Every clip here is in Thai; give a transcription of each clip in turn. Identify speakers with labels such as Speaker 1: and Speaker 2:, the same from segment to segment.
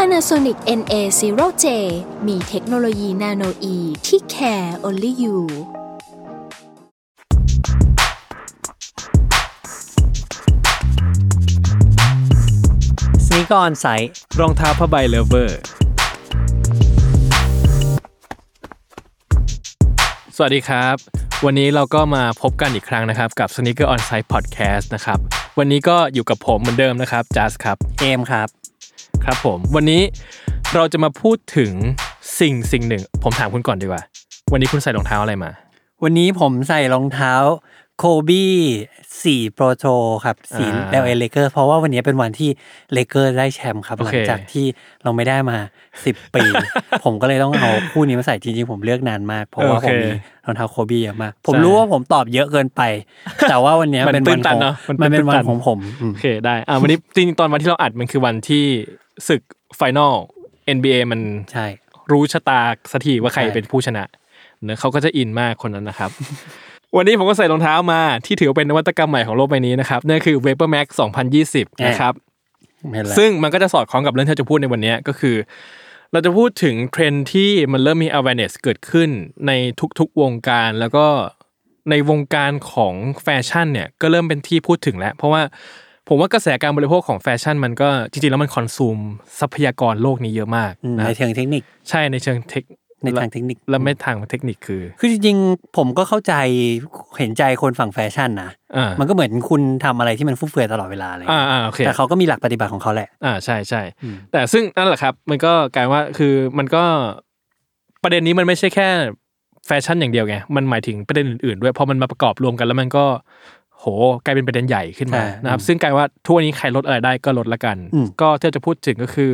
Speaker 1: Panasonic NA0J มีเทคโนโลยีนาโนอีที่ care only you
Speaker 2: สนิกออนไซต์
Speaker 3: รองเท้าผ้าใบเลเวอร์ สวัสดีครับ วันนี้เราก็มาพบกันอีกครั้งนะครับ กับ Sneaker On Site Podcast นะครับ วันนี้ก็อยู่กับผมเหมือนเดิมนะครับจัสครับ
Speaker 2: เอมครับ
Speaker 3: ครับผม วันนี้เราจะมาพูดถึงสิ่งสิ่งหนึ่ง ผมถามคุณก่อนดีกว่า วันนี้คุณใส่รองเท้าอะไรมา
Speaker 2: วันนี้ผมใส่รองเท้าโคบี้สี่โปรโตครับสี
Speaker 3: อ่า
Speaker 2: เดลเอเลเกอร์เพราะว่าวันนี้เป็นวันที่เลเกอร์ได้แชมป์ครับ
Speaker 3: โอ
Speaker 2: หลั
Speaker 3: เค
Speaker 2: งจากที่เราไม่ได้มาสิบ ปี ผมก็เลยต้องเอาคู่นี้มาใส่จริงๆ ผมเลือกนานมาก เพราะว่า
Speaker 3: โอ
Speaker 2: ผ
Speaker 3: เค
Speaker 2: มมีรองเท้าโคบี้เยอะมาก ผมรู้ว่าผมตอบเยอะเกินไป แต่ว่าวันนี้
Speaker 3: มัน
Speaker 2: เป็น
Speaker 3: ตื้
Speaker 2: วัน
Speaker 3: นตั
Speaker 2: ข
Speaker 3: น
Speaker 2: อง
Speaker 3: เนอะมัน
Speaker 2: มันเป็น
Speaker 3: ตื้น
Speaker 2: วั
Speaker 3: ตั
Speaker 2: น
Speaker 3: น
Speaker 2: ของผมอืม
Speaker 3: โอเคได้ อ่าวันนี้จริงๆตอนวันที่เราอัดมันคือวันที่ศึกไฟนอล NBA มัน
Speaker 2: ใช่
Speaker 3: รู้ชะตาสักทีว่าใคร
Speaker 2: ใช่
Speaker 3: เป็นผู้ชนะเนอะเขาก็จะอินมากคนนั้นนะครับ วันนี้ผมก็ใส่รองเท้ามาที่ถือว่าเป็นนวัตกรรมใหม่ของโลกใบนี้นะครับนั่นคือ Vapor Max 2020 นะครับ
Speaker 2: เห็นแล้ว
Speaker 3: ซึ่งมันก็จะสอดคล้องกับเรื่องที่เราจะพูดในวันนี้ก็คือ เราจะพูดถึงเทรนด์ที่มันเริ่มมี awareness เกิดขึ้นในทุกๆวงการแล้วก็ในวงการของแฟชั่นเนี่ยก็เริ่มเป็นที่พูดถึงแล้ว เพราะว่าผมว่ากระแสการบริโภคของแฟชั่น มันก็จริงๆแล้วมันคอนซูมทรัพยากรโลกนี้เยอะมาก
Speaker 2: อืม
Speaker 3: นะ
Speaker 2: ในเชิงเทคนิค
Speaker 3: ใช่ในเชิงเทค
Speaker 2: ในทางเทคนิค
Speaker 3: แล้วไม่ทางเทคนิคคือ
Speaker 2: คือจริงๆ ผมก็เข้าใจเห็นใจคนฝั่งแฟชั่นนะ
Speaker 3: อ่า
Speaker 2: มันก็เหมือนคุณทำอะไรที่มันฟุ่มเฟือยตลอดเวลาอะไรอย่าง
Speaker 3: อ่า
Speaker 2: เลย
Speaker 3: อ่าโอเค
Speaker 2: แต่เขาก็มีหลักปฏิบัติของเขาแหละ
Speaker 3: อ่าใช่ใช่
Speaker 2: อืม
Speaker 3: แต่ซึ่งนั่นแหละครับ มันก็กลายว่าคือมันก็ประเด็นนี้มันไม่ใช่แค่แฟชั่นอย่างเดียวไง มันหมายถึงประเด็นอื่นๆด้วยพอมันมาประกอบรวมกันแล้วมันก็ โหกลายเป็นประเด็นใหญ่ขึ้นมา
Speaker 2: อ่าน
Speaker 3: นะครับ ซึ่งกลายว่าทุกวันนี้ใครลดอะไรได้ก็ลดละกัน
Speaker 2: อืม
Speaker 3: ก็ที่เราจะพูดถึงก็คือ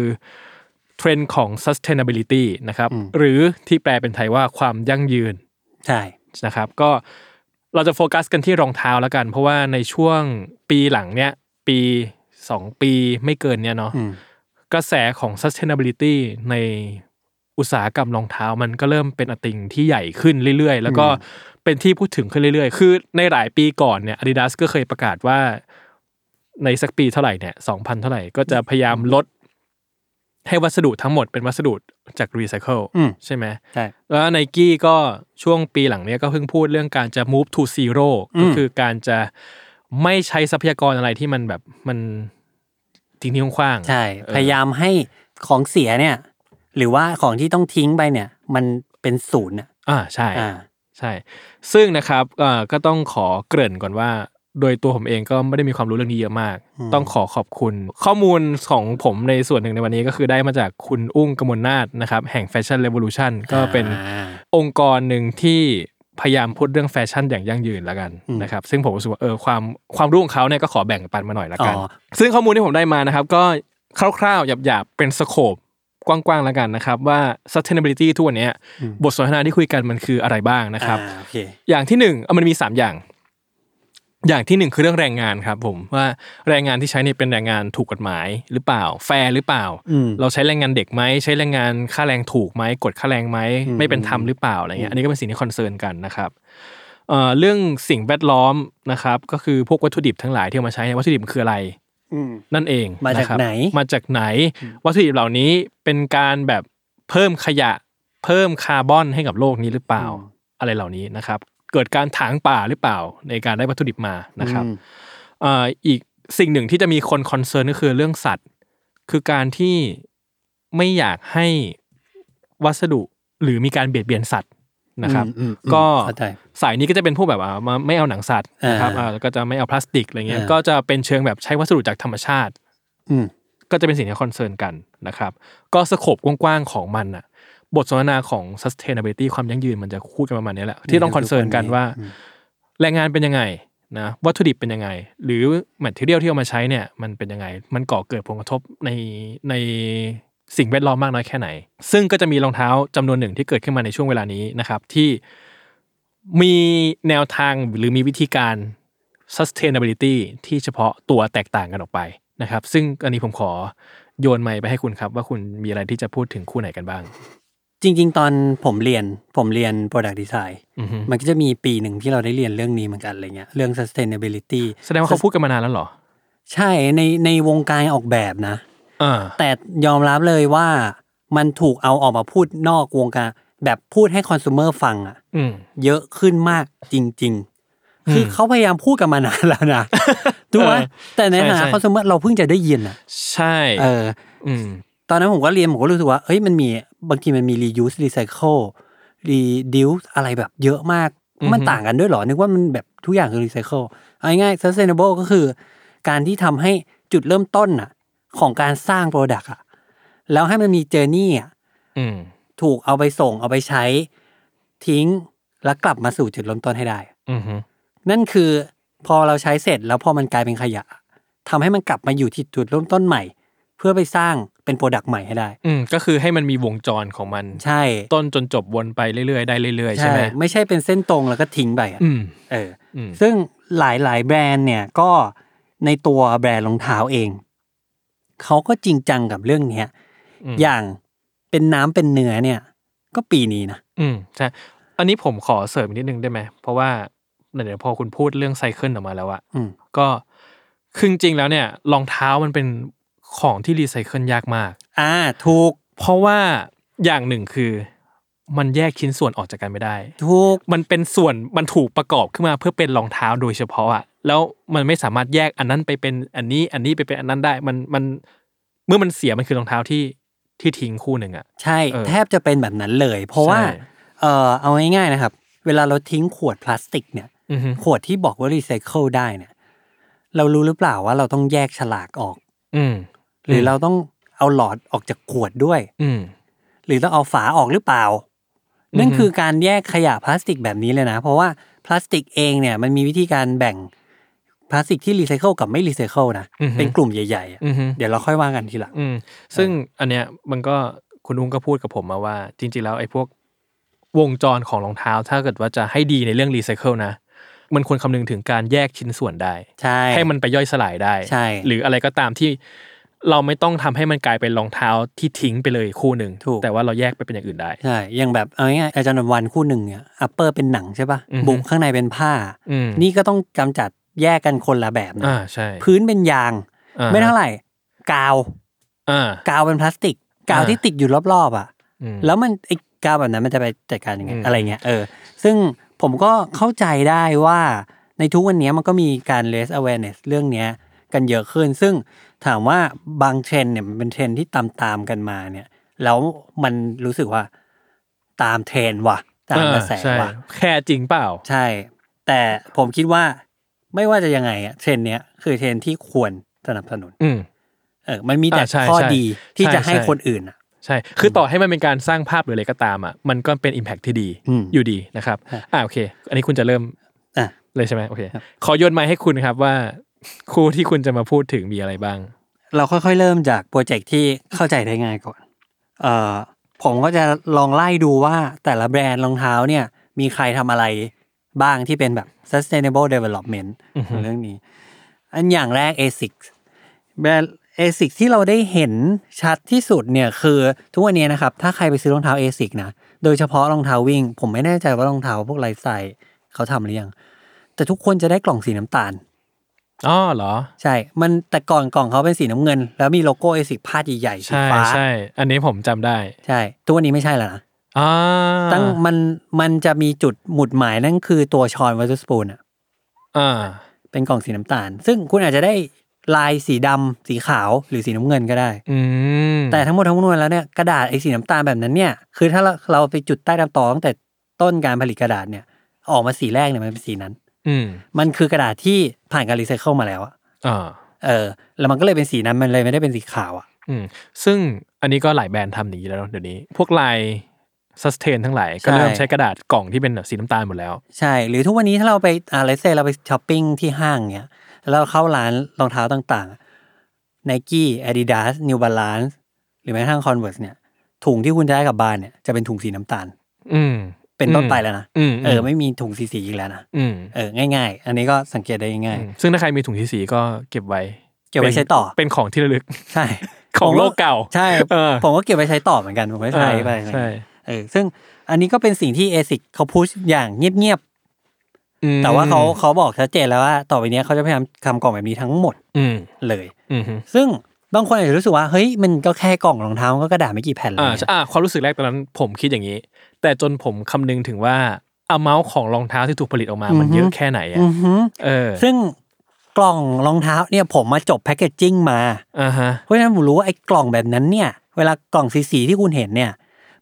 Speaker 3: เทรนด์ของ sustainability นะครับ
Speaker 2: อืม
Speaker 3: หรือที่แปลเป็นไทยว่าความยั่งยืน
Speaker 2: ใช่
Speaker 3: นะครับก็เราจะโฟกัสกันที่รองเท้าแล้วกัน เพราะว่าในช่วงปีหลังเนี้ยปี 2 ปีไม่เกินเนี้ยเนาะ
Speaker 2: อืม
Speaker 3: กระแสของ sustainability ในอุตสาหกรรมรองเท้ามันก็เริ่มเป็นอติงที่ใหญ่ขึ้นเรื่อยๆ แล้วก็เป็นที่พูดถึงขึ้นเรื่อยๆ คือในหลายปีก่อนเนี่ย Adidas ก็เคยประกาศว่าในสักปีเท่าไหร่เนี่ย2,000 เท่าไหร่ ก็จะพยายามลดให้วัสดุทั้งหมดเป็นวัสดุจากรีไซเคิล
Speaker 2: อืม
Speaker 3: ใช่ไหม
Speaker 2: ใช่
Speaker 3: แล้วไนกี้ก็ช่วงปีหลังเนี้ยก็เพิ่งพูดเรื่องการจะ move to zero
Speaker 2: อืม
Speaker 3: ก็คือการจะไม่ใช้ทรัพยากรอะไรที่มันแบบมันทิ้งทิ้งขว้างๆ
Speaker 2: ใช่
Speaker 3: เออ
Speaker 2: พยายามให้ของเสียเนี่ย หรือว่าของที่ต้องทิ้งไปเนี่ย มันเป็นศูนย์อะ
Speaker 3: อ่าใช่
Speaker 2: อ่า
Speaker 3: ใช่ ซึ่งนะครับเอ่อก็ต้องขอเกริ่นก่อนว่า โดยตัวผมเองก็ไม่ได้มีความรู้เรื่องนี้เยอะมาก
Speaker 2: อืม
Speaker 3: ต้องขอขอบคุณ ข้อมูลของผมในส่วนหนึ่งในวันนี้ก็คือได้มาจากคุณอุ้งกมลนาถนะครับแห่ง Fashion Revolution ก็เป็น
Speaker 2: อ่า
Speaker 3: องค์กรหนึ่งที่พยายามพูดเรื่องแฟชั่นอย่างยั่งยืนแล้วกัน
Speaker 2: อืม
Speaker 3: นะครับซึ่งผมรู้สึกว่าเออความความรู้ของเขาเนี่ยก็ขอแบ่งปันมาหน่อยละกัน
Speaker 2: อ๋อ
Speaker 3: ซึ่งข้อมูลที่ผมได้มานะครับ ก็คร่าวๆ หยาบๆ เป็นสโคปกว้างๆแล้วกันนะครับ ว่า sustainability ทุกวันเนี้ยบทสนทนาที่คุยกันมันคืออะไรบ้างนะครับ
Speaker 2: อ่าโอเค
Speaker 3: อย่างที่หนึ่งเอามันมีสามอย่าง อย่างที่หนึ่งคือเรื่องแรงงานครับ ผมว่าแรงงานที่ใช้เนี่ยเป็นแรงงานถูกกฎหมายหรือเปล่า แฟร์หรือเปล่า
Speaker 2: อืม
Speaker 3: เราใช้แรงงานเด็กไหมใช้แรงงานค่าแรงถูกไหมกดค่าแรงไหม
Speaker 2: อืม
Speaker 3: ไม่เป็นธรรมหรือเปล่าอะไรเงี้ยอันนี้ก็เป็นสิ่งที่คอนเซิร์นกันนะครับเอ่อเรื่องสิ่งแวดล้อมนะครับ ก็คือพวกวัตถุดิบทั้งหลายที่เอามาใช้เนี่ยวัตถุดิบมันคืออะไร
Speaker 2: อืม
Speaker 3: นั่นเอง
Speaker 2: มาจาก
Speaker 3: ะครับ
Speaker 2: ไหน
Speaker 3: มาจากไหน วัตถุดิบเหล่านี้เป็นการแบบเพิ่มขยะ เพิ่มคาร์บอนให้กับโลกนี้หรือเปล่า อะไรเหล่านี้นะครับ เกิดการถางป่าหรือเปล่าในการได้วัตถุดิบมานะครับเอ่ออีกสิ่งหนึ่งที่จะมีคนคอนเซิร์นก็คือเรื่องสัตว์ คือการที่ไม่อยากให้วัสดุหรือมีการเบียดเบียนสัตว์นะครับ
Speaker 2: อืมอืม
Speaker 3: ก็
Speaker 2: เข้าใจ
Speaker 3: สายนี้ก็จะเป็นพวกแบบอ่ามาไม่เอาหนังสัตว์นะครับ
Speaker 2: อ่า
Speaker 3: อ่าแล้วก็จะไม่เอาพลาสติกอะไรเงี้ย
Speaker 2: อ่า
Speaker 3: ก็จะเป็นเชิงแบบใช้วัสดุจากธรรมชาติ
Speaker 2: อืม
Speaker 3: ก็จะเป็นสิ่งที่คอนเซิร์นกันนะครับ ก็สโคปกว้างๆของมันน่ะ บทสนทนาของ sustainability ความยั่งยืนมันจะพูดกันประมาณนี้แหละ ที่ต้องคอนเซิร์นกันว่า แรงงานเป็นยังไงนะวัตถุดิบเป็นยังไง หรือแมทเทียลที่เอามาใช้เนี่ยมันเป็นยังไง มันก่อเกิดผลกระทบในใน สิ่งแวดล้อมมากน้อยแค่ไหน ซึ่งก็จะมีรองเท้าจำนวนหนึ่งที่เกิดขึ้นมาในช่วงเวลานี้นะครับ ที่มีแนวทางหรือมีวิธีการ sustainability ที่เฉพาะตัวแตกต่างกันออกไปนะครับ ซึ่งอันนี้ผมขอโยนไมค์ไปให้คุณครับ ว่าคุณมีอะไรที่จะพูดถึงคู่ไหนกันบ้าง
Speaker 2: จริง ๆ ตอนผมเรียนผมเรียน Product Design
Speaker 3: อือฮึ
Speaker 2: มันก็จะมีปีหนึ่งที่เราได้เรียนเรื่องนี้เหมือนกันอะไรเงี้ยเรื่อง sustainability
Speaker 3: แสดงว่าเขาพูดกันมานานแล้วเหรอ
Speaker 2: ใช่ในในวงการออกแบบนะ
Speaker 3: อ่า
Speaker 2: แต่ยอมรับเลยว่ามันถูกเอาออกมาพูดนอกวงการ แบบพูดให้คอน sumer ฟังอะ
Speaker 3: อืม
Speaker 2: เยอะขึ้นมากจริง
Speaker 3: อืม
Speaker 2: ๆ คือเขาพยายามพูดกันมานานแล้วนะ ถูกไหม
Speaker 3: เออ
Speaker 2: แต่ใน
Speaker 3: ใช่
Speaker 2: ฐานะ
Speaker 3: ใช่
Speaker 2: คอน sumer เราเพิ่งจะได้ยินอะ
Speaker 3: ใช่
Speaker 2: เออ
Speaker 3: อืม
Speaker 2: ตอนนั้นผมก็เรียนผมก็รู้สึกว่าเฮ้ยมันมีบางทีมันมี reuse recycle reduce อะไรแบบเยอะมาก
Speaker 3: อือฮึ
Speaker 2: มันต่างกันด้วยเหรอ นึกว่ามันแบบทุกอย่างคือ recycle เอาง่ายๆ sustainable ก็คือ การที่ทำให้จุดเริ่มต้นน่ะของการสร้าง product อะแล้วให้มันมี journey อะ
Speaker 3: อืม
Speaker 2: ถูกเอาไปส่งเอาไปใช้ทิ้งแล้วกลับมาสู่จุดเริ่มต้นให้ได้
Speaker 3: อือฮึ
Speaker 2: นั่นคือพอเราใช้เสร็จแล้วพอมันกลายเป็นขยะทำให้มันกลับมาอยู่ที่จุดเริ่มต้นใหม่ เพื่อไปสร้างเป็น product ใหม่ให้ได้
Speaker 3: อืมก็คือให้มันมีวงจรของมัน
Speaker 2: ใช่
Speaker 3: ต้นจนจบวนไปเรื่อยๆ ได้เรื่อยๆ ใช่ไหม
Speaker 2: ไม่ใช่เป็นเส้นตรงแล้วก็ทิ้งไปอะ
Speaker 3: อืม
Speaker 2: เออ
Speaker 3: อืม
Speaker 2: ซึ่งหลายๆ แบรนด์เนี่ยก็ในตัวแบรนด์รองเท้าเอง เขาก็จริงจังกับเรื่องเนี้ย
Speaker 3: ม
Speaker 2: อย่างเป็นน้ำเป็นเนื้อเนี่ย ก็ปีนี้นะ
Speaker 3: อืมใช่ อันนี้ผมขอเสริมอีกนิดนึงได้ไหม เพราะว่าเดี๋ยวพอคุณพูดเรื่องไซเคิลออกมาแล้วอะ
Speaker 2: อืม
Speaker 3: ก็คือจริงๆแล้วเนี่ยรองเท้ามันเป็นของที่รีไซเคิลยากมาก
Speaker 2: อ่า ถูก
Speaker 3: เพราะว่าอย่างหนึ่งคือ มันแยกชิ้นส่วนออกจากกันไม่ได้
Speaker 2: ถูก
Speaker 3: มันเป็นส่วนมันถูกประกอบขึ้นมาเพื่อเป็นรองเท้าโดยเฉพาะอะแล้วมันไม่สามารถแยกอันนั้นไปเป็นอันนี้อันนี้ไปเป็นอันนั้นได้มันมันเมื่อมันเสียมันคือรองเท้าที่ที่ทิ้งคู่หนึ่งอะ
Speaker 2: ใช่
Speaker 3: เออ
Speaker 2: แทบจะเป็นแบบนั้นเลย เพราะว่า
Speaker 3: ใช่
Speaker 2: เออเอาง่ายๆนะครับ เวลาเราทิ้งขวดพลาสติกเนี่ย
Speaker 3: อือฮึ
Speaker 2: ขวดที่บอกว่ารีไซเคิลได้เนี่ย เรารู้หรือเปล่าว่าเราต้องแยกฉลากออก
Speaker 3: อืม
Speaker 2: หรือเราต้องเอาหลอดออกจากขวดด้วย
Speaker 3: อืม
Speaker 2: หรือต้องเอาฝาออกหรือเปล่า
Speaker 3: อือฮึ
Speaker 2: นั่นคือการแยกขยะพลาสติกแบบนี้เลยนะ เพราะว่าพลาสติกเองเนี่ยมันมีวิธีการแบ่งพลาสติกที่รีไซเคิลกับไม่รีไซเคิลนะ
Speaker 3: อือฮึ
Speaker 2: เป็นกลุ่มใหญ่ๆอะ
Speaker 3: อือฮึ
Speaker 2: เดี๋ยวเราค่อยว่ากันทีหลัง
Speaker 3: อืมซึ่งอันเนี้ยมันก็คุณอุ้งก็พูดกับผมมาว่า จริง ๆ แล้วไอ้พวกวงจรของรองเท้า ถ้าเกิดว่าจะให้ดีในเรื่องรีไซเคิลนะ มันควรคำนึงถึงการแยกชิ้นส่วนได้
Speaker 2: ใช่
Speaker 3: ให้มันไปย่อยสลายได้
Speaker 2: ใช่
Speaker 3: หรืออะไรก็ตามที่เราไม่ต้องทำให้มันกลายเป็นรองเท้าที่ทิ้งไปเลยคู่หนึ่ง
Speaker 2: ถูก
Speaker 3: แต่ว่าเราแยกไปเป็นอย่างอื่นได้
Speaker 2: ใช่อย่างแบบเอาง่ายๆอาจารย์วันคู่หนึ่งเนี่ยอัปเปอร์เป็นหนังใช่ปะ
Speaker 3: อือฮึ
Speaker 2: บุข้างในเป็นผ้า
Speaker 3: อืม
Speaker 2: นี่ก็ต้องกำจัดแยกกันคนละแบบนะ
Speaker 3: อ่าใช่
Speaker 2: พื้นเป็นยาง
Speaker 3: อ่
Speaker 2: ไม่เท่าไหร่ กาว
Speaker 3: อ่า
Speaker 2: กาวเป็นพลาสติก กาว
Speaker 3: อ่า
Speaker 2: ที่ติดอยู่รอบๆอ่ะ
Speaker 3: อืม
Speaker 2: แล้วมันไอ้กาวแบบนั้นมันจะไปจัดการยังไง
Speaker 3: อืม
Speaker 2: อะไรเงี้ยเออ ซึ่งผมก็เข้าใจได้ว่าในทุกวันเนี้ยมันก็มีการ raise awareness เรื่องเนี้ย กันเยอะขึ้น ซึ่งถามว่าบางเทรนด์เนี่ยมันเป็นเทรนด์ที่ตามตามๆกันมาเนี่ย แล้วมันรู้สึกว่าตามเทรนด์ว่ะ ตามกระแส
Speaker 3: อ่ใช่
Speaker 2: ว่ะ
Speaker 3: แค่จริงเปล่า
Speaker 2: ใช่ แต่ผมคิดว่าไม่ว่าจะยังไงอะเทรนด์เนี้ยคือเทรนด์ที่ควรสนับสนุน
Speaker 3: อืม
Speaker 2: เออมันมีแต่
Speaker 3: อ่าใช่
Speaker 2: ข้อ
Speaker 3: ใช่
Speaker 2: ดีที่
Speaker 3: ใช่
Speaker 2: จะให้
Speaker 3: ใช่
Speaker 2: คนอื่นอ่ะ
Speaker 3: ใช่ คือต่อให้มันเป็นการสร้างภาพหรืออะไรก็ตามอ่ะมันก็เป็น Impact ที่ดี
Speaker 2: อืม
Speaker 3: อยู่ดีนะครับ
Speaker 2: ฮะ
Speaker 3: อ่าโอเค อันนี้คุณจะเริ่ม
Speaker 2: อ่ะ
Speaker 3: เลยใช่ไหมโอเค
Speaker 2: ครับ
Speaker 3: ขอโยนไม้ให้คุณครับว่า คู่ที่คุณจะมาพูดถึงมีอะไรบ้าง
Speaker 2: เราค่อยๆ เริ่มจากโปรเจกต์ที่เข้าใจได้ง่ายก่อน เอ่อผมก็จะลองไล่ดูว่าแต่ละแบรนด์รองเท้าเนี่ยมีใครทำอะไรบ้างที่เป็นแบบ sustainable development
Speaker 3: อือฮึ
Speaker 2: เรื่องนี้ อันอย่างแรก ASICS แบรนด์ ASICS ที่เราได้เห็นชัดที่สุดเนี่ยคือทุกวันนี้นะครับ ถ้าใครไปซื้อรองเท้า ASICS นะ โดยเฉพาะรองเท้าวิ่ง ผมไม่แน่ใจว่ารองเท้าพวกไลฟ์สไตล์เขาทำหรือยัง แต่ทุกคนจะได้กล่องสีน้ำตาล
Speaker 3: อ๋อเหรอ
Speaker 2: ใช่ มันแต่ก่อนกล่องเขาเป็นสีน้ำเงิน แล้วมีโลโก้เอสิพาดใหญ่ๆสี
Speaker 3: ใช่
Speaker 2: ฟ้า
Speaker 3: ใช่ อันนี้ผมจำได้
Speaker 2: ใช่ตัวนี้ไม่ใช่แล้วนะ
Speaker 3: อ่า
Speaker 2: ตั้งมันมันจะมีจุดหมุดหมายนั่นคือตัวชอนวัตสปูนอ่ะ
Speaker 3: อ่า
Speaker 2: เป็นกล่องสีน้ำตาล ซึ่งคุณอาจจะได้ลายสีดำสีขาวหรือสีน้ำเงินก็ได้
Speaker 3: อืม
Speaker 2: แต่ทั้งหมดทั้งมวลแล้วเนี่ยกระดาษไอ้สีน้ำตาลแบบนั้นเนี่ยคือถ้าเราเราไปจุดใต้ดำตอตั้งแต่ต้นการผลิตกระดาษเนี่ยออกมาสีแรกเนี่ยมันเป็นสีนั้น
Speaker 3: อืม
Speaker 2: มันคือกระดาษที่ผ่านการรีไซเคิลมาแล้วอะ
Speaker 3: อ่า
Speaker 2: เออแล้วมันก็เลยเป็นสีนั้นมันเลยไม่ได้เป็นสีขาวอะ
Speaker 3: อืมซึ่งอันนี้ก็หลายแบรนด์ทำอย่างนี้แล้วเนอะเดี๋ยวนี้ พวกลายสแตนทั้งหลาย ก็เริ่ม
Speaker 2: ใช่
Speaker 3: ใช้กระดาษกล่องที่เป็นแบบสีน้ำตาลหมดแล้ว
Speaker 2: ใช่ หรือทุกวันนี้ถ้าเราไปอะไรเซเราไปช้อปปิ้งที่ห้างเนี่ยแล้วเราเข้าร้านรองเท้าต่างๆ Nike Adidas New Balance หรือแม้กระทั่ง Converse เนี่ย ถุงที่คุณจะได้กลับบ้านเนี่ยจะเป็นถุงสีน้ำตาล
Speaker 3: อืม
Speaker 2: เป็นต้นไปแล้วนะ
Speaker 3: อืม
Speaker 2: เออไม่มีถุงสีสีอีกแล้วนะ
Speaker 3: อืม
Speaker 2: เออง่าย ๆ อันนี้ก็สังเกตได้ง่าย
Speaker 3: อืมซึ่งถ้าใครมีถุงที่สีก็เก็บไว้
Speaker 2: ๆเก็บไว้ใช้ต่อ
Speaker 3: เป็นของที่ระ ลึก
Speaker 2: ใช่
Speaker 3: ของโลกเก่า
Speaker 2: ใช่
Speaker 3: เออ
Speaker 2: ผมก็เก็บไว้ใช้ต่อเหมือนกันผมก็ใช้ไป
Speaker 3: ใช่
Speaker 2: เออซึ่งอันนี้ก็เป็นสิ่งที่เอซิกเขาพูดอย่างเงียบ
Speaker 3: อืม
Speaker 2: ๆแต่ว่าเขาเขาบอกชัดเจนแล้วว่าต่อไปเนี้ยเขาจะพยายามทำกล่องแบบนี้ทั้งหมด
Speaker 3: อืม
Speaker 2: เลย
Speaker 3: อืม
Speaker 2: ซึ่งบางคนอาจจะรู้สึกว่าเฮ้ยมันก็แค่กล่องรองเท้ามันก็กระดาษไม่กี่แผ่นเล
Speaker 3: อ่าย ใช่อ่าความรู้สึกแรกตอนนั้นผมคิดอย่างนี้ แต่จนผมคำนึงถึงว่าอ m เมาส์ของรองเท้าที่ถูกผลิตออกมา มัน
Speaker 2: อือฮึ
Speaker 3: เยอะแค่ไหนอ่ะ
Speaker 2: อือหือ
Speaker 3: เออ
Speaker 2: ซึ่งกล่องรองเท้าเนี่ยผมมาจบแพคเกจจิ้งมา
Speaker 3: อ่าฮะ
Speaker 2: เพราะฉะนั้นผมรู้ว่าไอ้กล่องแบบนั้นเนี่ย เวลากล่องสีสีๆที่คุณเห็นเนี่ย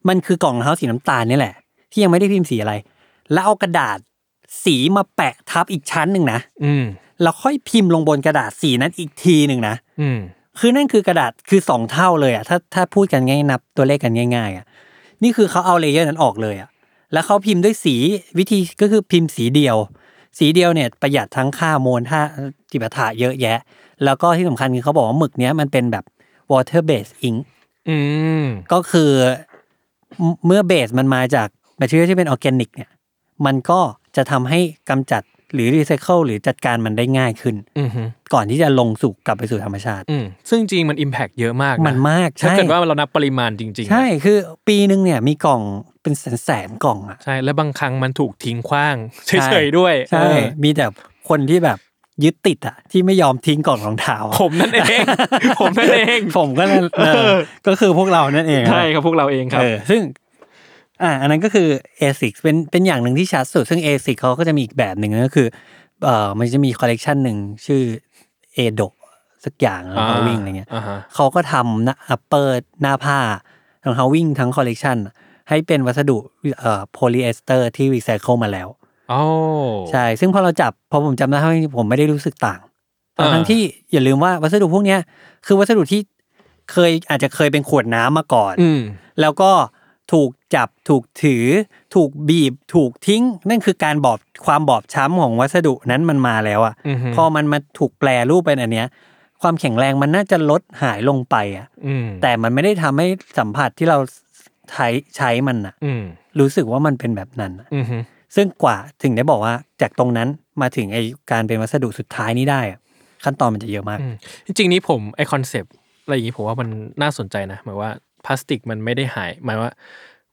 Speaker 2: มันคือกล่องรองเท้าสีน้ำตาลนี่แหละ ที่ยังไม่ได้พิมพ์สีอะไร แล้วเอากระดาษสีมาแปะทับอีกชั้นหนึ่งนะ
Speaker 3: อืม
Speaker 2: แล้วค่อยพิมพ์ลงบนกระดาษสีนั้นอีกทีหนึ่งนะ
Speaker 3: อืม
Speaker 2: คือนั่นคือกระดาษคือสองเท่าเลยอ่ะถ้าถ้าพูดกันง่ายนับตัวเลขกันง่าย ๆอ่ะนี่คือเขาเอาเลเยอร์นั้นออกเลยอ่ะแล้วเขาพิมพ์ด้วยสีวิธีก็คือพิมพ์สีเดียว สีเดียวเนี่ยประหยัดทั้งค่าโมลท่าจิปาถะเยอะแยะ แล้วก็ที่สำคัญคือเขาบอกว่าหมึกเนี้ยมันเป็นแบบ water based ink
Speaker 3: อืม
Speaker 2: ก็คือเมื่อเมื่อเบสมันมาจากแมทเทียลที่เป็นออร์แกนิกเนี่ยมันก็จะทำให้กำจัดหรือรีไซเคิลหรือจัดการมันได้ง่ายขึ้น
Speaker 3: อืมฮึ
Speaker 2: ก่อนที่จะลงสู่กลับไปสู่ธรรมชาติ
Speaker 3: อืมซึ่งจริงมันอิมแพกเยอะมากะ
Speaker 2: มันมาก
Speaker 3: ถ้า
Speaker 2: ใช่
Speaker 3: เกิดว่าเรานับปริมาณจริงๆอะ
Speaker 2: ใช่ คือปีหนึ่งเนี่ยมีกล่องเป็นแสนแสนๆกล่องอ่ะ
Speaker 3: ใช่ และบางครั้งมันถูกทิ้งขว้างเ
Speaker 2: ใช่
Speaker 3: ฉยๆด้วย
Speaker 2: ใช่
Speaker 3: เออ
Speaker 2: มีแต่คนที่แบบยึดติดอ่ะที่ไม่ยอมทิ้งกล่องรองเท้าอะ
Speaker 3: ผมนั่นเอง ผมนั่นเอง
Speaker 2: ผมก็นั่นเออก็คือพวกเรานั่นเองอะ
Speaker 3: ใช่ครับพวกเราเองครับ
Speaker 2: เออซึ่ง อ่า อันนั้นก็คือ ASICS เป็นเป็นอย่างหนึ่งที่ชัดสุด ซึ่ง ASICS เขาก็จะมีอีกแบบหนึ่งนั่นก็คือเอ่อมันจะมีคอลเลกชันหนึ่งชื่อ a d o สักอย่างรองเท้าวิ่งอะไรเงี้ย
Speaker 3: อ่าฮะ
Speaker 2: เขาก็ทำนะอัปเปอร์หน้าผ้ารองเท้าวิ่งทั้งคอลเลกชันให้เป็นวัสดุเอ่อโพลีเอสเตอร์ที่รีไซเคิลมาแล้ว
Speaker 3: โอ้
Speaker 2: ใช่ ซึ่งพอเราจับ พอผมจำได้ว่าผมไม่ได้รู้สึกต่าง
Speaker 3: อ่า
Speaker 2: ทั้งที่อย่าลืมว่าวัสดุพวกเนี้ยคือวัสดุที่เคยอาจจะเคยเป็นขวดน้ำมาก่อน
Speaker 3: อืม
Speaker 2: แล้วก็ถูกจับถูกถือ ถูกบีบ ถูกทิ้ง นั่นคือการบอบความบอบช้ำของวัสดุนั้นมันมาแล้วอะ
Speaker 3: อือฮึ
Speaker 2: พอมันมาถูกแปลรูปเป็นอันเนี้ย ความแข็งแรงมันน่าจะลดหายลงไปอะ
Speaker 3: อืม
Speaker 2: แต่มันไม่ได้ทำให้สัมผัสที่เราใช้ใช้มันอะ
Speaker 3: อืม
Speaker 2: รู้สึกว่ามันเป็นแบบนั้นน่ะ
Speaker 3: อืมฮึ
Speaker 2: ซึ่งกว่าถึงได้บอกว่าจากตรงนั้นมาถึงไอการเป็นวัสดุสุดท้ายนี้ได้อะขั้นตอนมันจะเยอะมาก
Speaker 3: อืมจริงๆนี้ผมไอคอนเซปต์อะไรอย่างนี้ผมว่ามันน่าสนใจนะหมายว่าพลาสติกมันไม่ได้หาย หมายว่า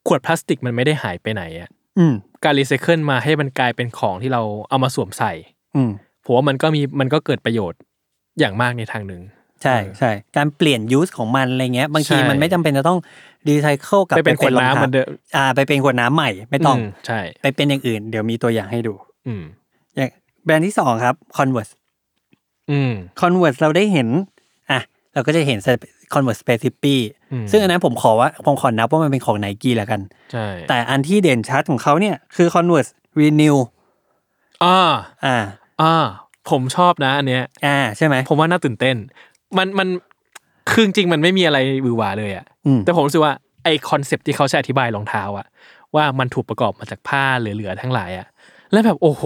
Speaker 3: ขวดพลาสติกมันไม่ได้หายไปไหนอะ
Speaker 2: อืม
Speaker 3: การรีไซเคิลมาให้มันกลายเป็นของที่เราเอามาสวมใส่
Speaker 2: อืม
Speaker 3: ผมว่ามันก็มีมันก็เกิดประโยชน์อย่างมากในทางหนึ่ง
Speaker 2: ใช่ใช่การเปลี่ยนยูสของมันอะไรเงี้ย บางที
Speaker 3: ใช่
Speaker 2: มันไม่จำเป็นจะต้องรีไซเคิลกลับ
Speaker 3: ไปเป็นขวดน้ำเหมือนเดิม
Speaker 2: อ่า ไปเป็นขวดน้ำใหม่ไม่ต้อง
Speaker 3: มใช่
Speaker 2: ไปเป็นอย่างอื่น เดี๋ยวมีตัวอย่างให้ดู
Speaker 3: อืม
Speaker 2: อย่างแบรนด์ที่สองครับ Converse
Speaker 3: อืม
Speaker 2: Converse เราได้เห็นอ่ะเราก็จะเห็น Converse Specipe
Speaker 3: อืม
Speaker 2: ซึ่งอันนั้นผมขอว่าผมขอนับว่ามันเป็นของไนกี้แล้วกัน
Speaker 3: ใช่
Speaker 2: แต่อันที่เด่นชัดของเขาเนี่ยคือ Converse Renew
Speaker 3: อ่า
Speaker 2: อ่า
Speaker 3: อ่าผมชอบนะอันเนี้ย
Speaker 2: อ่าใช่ไหม
Speaker 3: ผมว่าน่าตื่นเต้น มันมันคือจริงๆมันไม่มีอะไรหวือหวาเลยอะ
Speaker 2: อืม
Speaker 3: แต่ผมรู้สึกว่าไอคอนเซปต์ที่เขาใช้อธิบายรองเท้าอะว่ามันถูกประกอบมาจากผ้าเหลือๆทั้งหลายอะแล้วแบบโอ้โห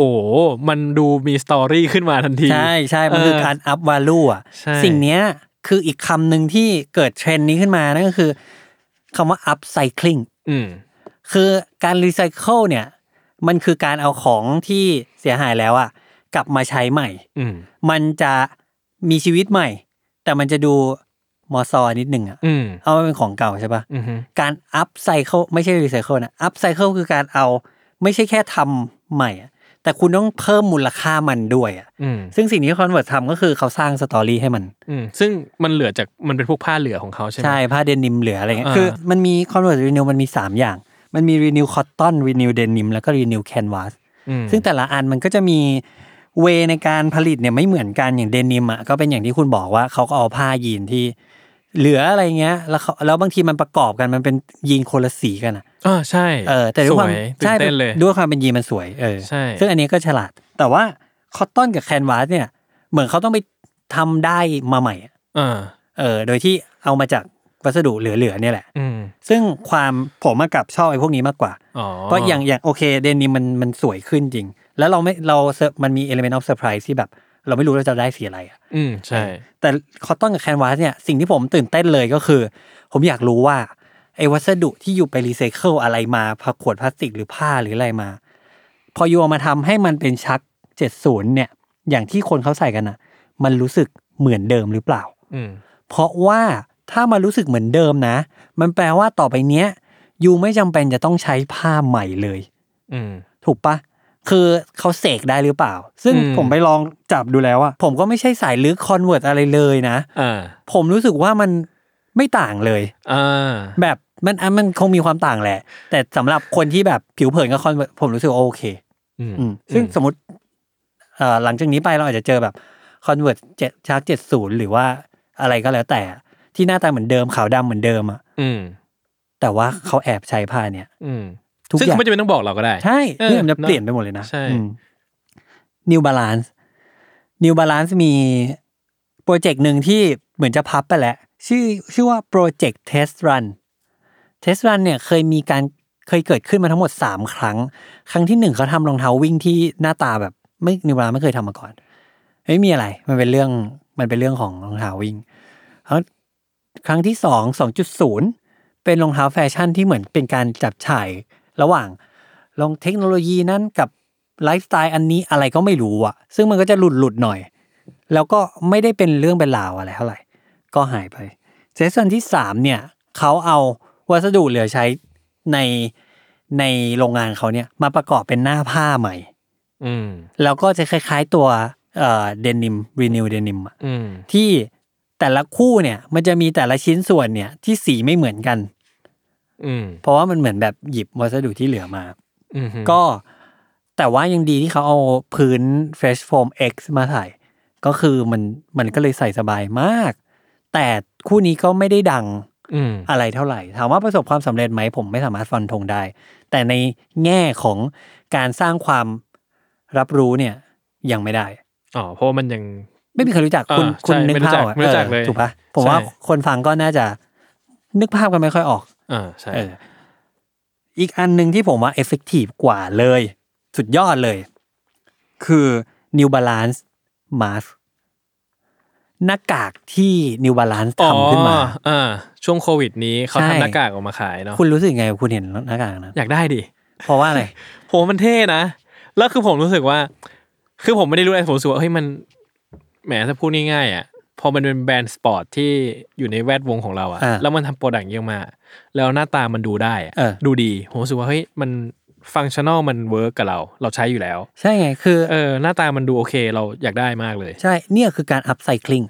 Speaker 3: มันดูมีสตอรี่ขึ้นมาทันที
Speaker 2: ใช่ใช่มันคือ
Speaker 3: เออ
Speaker 2: การ up value อ่ะ
Speaker 3: ใช่
Speaker 2: สิ่งเนี้ยคืออีกคำหนึ่งที่เกิดเทรนด์นี้ขึ้นมานั่นก็คือคำว่า upcycling
Speaker 3: อืม
Speaker 2: คือการรีไซเคิลเนี่ย มันคือการเอาของที่เสียหายแล้วอ่ะกลับมาใช้ใหม่
Speaker 3: อืม
Speaker 2: มันจะมีชีวิตใหม่ แต่มันจะดูมอซอนิดหนึ่งอ่ะ
Speaker 3: อืม
Speaker 2: เอามาเป็นของเก่าใช่ปะ
Speaker 3: อืมฮึ
Speaker 2: การอัพไซเคิลไม่ใช่รีไซเคิลนะอัพไซเคิลคือการเอาไม่ใช่แค่ทำใหม่อะแต่คุณต้องเพิ่มมูลค่ามันด้วยอะ
Speaker 3: อืม
Speaker 2: ซึ่งสิ่งที่คอนเวิร์ตทำก็คือเขาสร้างสตอรี่ให้มัน
Speaker 3: อืมซึ่งมันเหลือจากมันเป็นพวกผ้าเหลือของเขาใช่ไหม
Speaker 2: ใช่ผ้าเดนิมเหลืออะไรเงี้ย
Speaker 3: อ่า
Speaker 2: คือมันมีคอนเวิร์ตรีนิวมันมี 3 อย่าง มันมีรีนิวคอตตอนรีนิวเดนิมแล้วก็รีนิวแคนวาส
Speaker 3: อืม
Speaker 2: ซึ่งแต่ละอันมันก็จะมีเวในการผลิตเนี่ยไม่เหมือนกันอย่างเดนิมอ่ะก็เป็นอย่างที่คุณบอกว่าเขาก็เอาผ้ายีนที่ เหลืออะไรเงี้ยแล้วเขาแล้วบางทีมันประกอบกันมันเป็นยีนคนละสีกันอะ
Speaker 3: อ่าใช่
Speaker 2: เออแต่ด้วยความ
Speaker 3: สยตื่
Speaker 2: ใช่
Speaker 3: นเต้นเลย
Speaker 2: ด้วยความเป็นยีนมันสวยเออ
Speaker 3: ใช่
Speaker 2: ซึ่งอันนี้ก็ฉลาด แต่ว่าคอตตอนกับแคนวาสเนี่ย เหมือนเขาต้องไปทำได้มาใหม่อะ
Speaker 3: อ่า
Speaker 2: เออ โดยที่เอามาจากวัสดุเหลือๆเนี่ยแหละ
Speaker 3: อืม
Speaker 2: ซึ่งความผมมากับชอบไอ้พวกนี้มากกว่า
Speaker 3: อ๋อ
Speaker 2: เพราะอย่างอย่างโอเคเดนิมมันมันสวยขึ้นจริง แล้วเราไม่เรามันมีเอลเมนต์ออฟเซอร์ไพรส์ที่แบบ เราไม่รู้เราจะได้สีอะไรอะ
Speaker 3: อืมใช่
Speaker 2: แต่คอตตอนกับแคนวาสเนี่ยสิ่งที่ผมตื่นเต้นเลยก็คือ ผมอยากรู้ว่าไอ้วัสดุที่อยู่ไปรีไซเคิลอะไรมาพาขวดพลาสติกหรือผ้าหรืออะไรมา พอโยเอามาทำให้มันเป็นชักเจ็ดศูนย์เนี่ย อย่างที่คนเขาใส่กันอ่ะ มันรู้สึกเหมือนเดิมหรือเปล่า
Speaker 3: อืม
Speaker 2: เพราะว่าถ้ามันรู้สึกเหมือนเดิมนะ มันแปลว่าต่อไปเนี้ยยูไม่จำเป็นจะต้องใช้ผ้าใหม่เลย
Speaker 3: อืม
Speaker 2: ถูกปะ คือเขาเสกได้หรือเปล่า ซึ่ง
Speaker 3: อืม
Speaker 2: ผมไปลองจับดูแล้วอะผมก็ไม่ใช่สายลึกคอนเวิร์ตอะไรเลยนะ
Speaker 3: อ่า
Speaker 2: ผมรู้สึกว่ามันไม่ต่างเลย
Speaker 3: อ่า
Speaker 2: แบบมันอ่ะมันคงมีความต่างแหละ แต่สำหรับคนที่แบบผิวเผินกับคอนเวิร์ตผมรู้สึกว่าโอเค
Speaker 3: อืม
Speaker 2: อืมซึ่งสมมติเอ่อหลังจากนี้ไปเราอาจจะเจอแบบคอนเวิร์ตเจ็ดชาร์จเจ็ดศูนย์หรือว่าอะไรก็แล้วแต่ที่หน้าตาเหมือนเดิมขาวดำเหมือนเดิมอะ
Speaker 3: อืม
Speaker 2: แต่ว่าเขาแอบใช้ผ้าเนี่ย
Speaker 3: อืม
Speaker 2: ทุก
Speaker 3: ซึ่ง
Speaker 2: อย่าง
Speaker 3: ไม่จำเป็นต้องบอกเราก็ได้
Speaker 2: ใช่
Speaker 3: เออ
Speaker 2: เนี่ยมันจะ
Speaker 3: เนอะ
Speaker 2: เปลี่ยนไปหมดเลยนะ
Speaker 3: ใช่
Speaker 2: นิวบาลานซ์นิวบาลานซ์มีโปรเจกต์หนึ่งที่เหมือนจะพับไปแล้ว ชื่อชื่อว่าโปรเจกต์เทสรันเทสรันเนี่ยเคยมีการเคยเกิดขึ้นมาทั้งหมด 3 ครั้ง ครั้งที่หนึ่งเขาทำรองเท้าวิ่งที่หน้าตาแบบไม่นิวบาลานซ์ไม่เคยทำมาก่อน ไม่มีอะไร มันเป็นเรื่องมันเป็นเรื่องของรองเท้าวิ่งแล้วครั้งที่สองสองจุดศูนย์เป็นรองเท้าแฟชั่นที่เหมือนเป็นการจับฉ่ายระหว่างลองเทคโนโลยีนั้นกับไลฟ์สไตล์อันนี้อะไรก็ไม่รู้อะซึ่งมันก็จะหลุดหลุดๆหน่อย แล้วก็ไม่ได้เป็นเรื่องเป็นราวอะไรเท่าไหร่ ก็หายไปเซสชันที่สามเนี่ยเขาเอาวัสดุเหลือใช้ในในโรงงานเขาเนี่ยมาประกอบเป็นหน้าผ้าใหม่
Speaker 3: อืม
Speaker 2: แล้วก็จะคล้ายๆตัวเอ่อเดนิมรีนิวเดนิม
Speaker 3: อืม
Speaker 2: ที่แต่ละคู่เนี่ยมันจะมีแต่ละชิ้นส่วนเนี่ยที่สีไม่เหมือนกัน
Speaker 3: อืม
Speaker 2: เพราะว่ามันเหมือนแบบหยิบวัสดุที่เหลือมา
Speaker 3: อืม
Speaker 2: ก็แต่ว่ายังดีที่เขาเอาพื้น Fresh Foam X มาใส่ก็คือมันมันก็เลยใส่สบายมาก แต่คู่นี้ก็ไม่ได้ดัง
Speaker 3: อืม
Speaker 2: อะไรเท่าไหร่ ถามว่าประสบความสำเร็จไหมผมไม่สามารถฟันธงได้ แต่ในแง่ของการสร้างความรับรู้เนี่ยยังไม่ได้
Speaker 3: อ๋อเพราะว่ามันยัง
Speaker 2: ไม่มีใครรู้จักคุณ
Speaker 3: อ่า
Speaker 2: คุณ
Speaker 3: ใช่
Speaker 2: นึกภาพออก
Speaker 3: ไม่รู้จักไม่รู้จักเล
Speaker 2: อ
Speaker 3: ย
Speaker 2: อถูกปะผมว่า
Speaker 3: ใช่
Speaker 2: คนฟังก็น่าจะนึกภาพกันไม่ค่อยออก
Speaker 3: อ่าใช่
Speaker 2: เอออีกอันหนึ่งที่ผมว่าเอฟเฟกตีฟกว่าเลย สุดยอดเลย คือ New Balance Mask หน้ากากที่ New Balance ทำขึ้นมา
Speaker 3: อ๋ออ่า ช่วงโควิดนี้เขา
Speaker 2: ใช่
Speaker 3: ทำหน้ากากออกมาขายเนาะ
Speaker 2: คุณรู้สึกไงคุณเห็นหน้ากากนั้น
Speaker 3: อยากได้ดิ
Speaker 2: เพราะว่าอะไร
Speaker 3: ผมว่ามันเท่นะ แล้วคือผมรู้สึกว่า คือผมไม่ได้รู้อะไรผมรู้สึกว่าเฮ้ยมัน แหมถ้าพูดง่ายๆอ่ะ พอมันเป็นแบรนด์สปอร์ตที่อยู่ในแวดวงของเราอ่ะ
Speaker 2: อ่า
Speaker 3: แล้วมันทำโปรดักต์เยอะมากแล้วหน้าตามันดูได้อะ
Speaker 2: เออ
Speaker 3: ดูดี ผมรู้สึกว่าเฮ้ยมันฟังชั่นอลมันเวิร์กกับเรา เราใช้อยู่แล้ว
Speaker 2: ใช่ไงคือ
Speaker 3: เออ หน้าตามันดูโอเค เราอยากได้มากเลย
Speaker 2: ใช่เนี่ยคือการอัพไซคลิง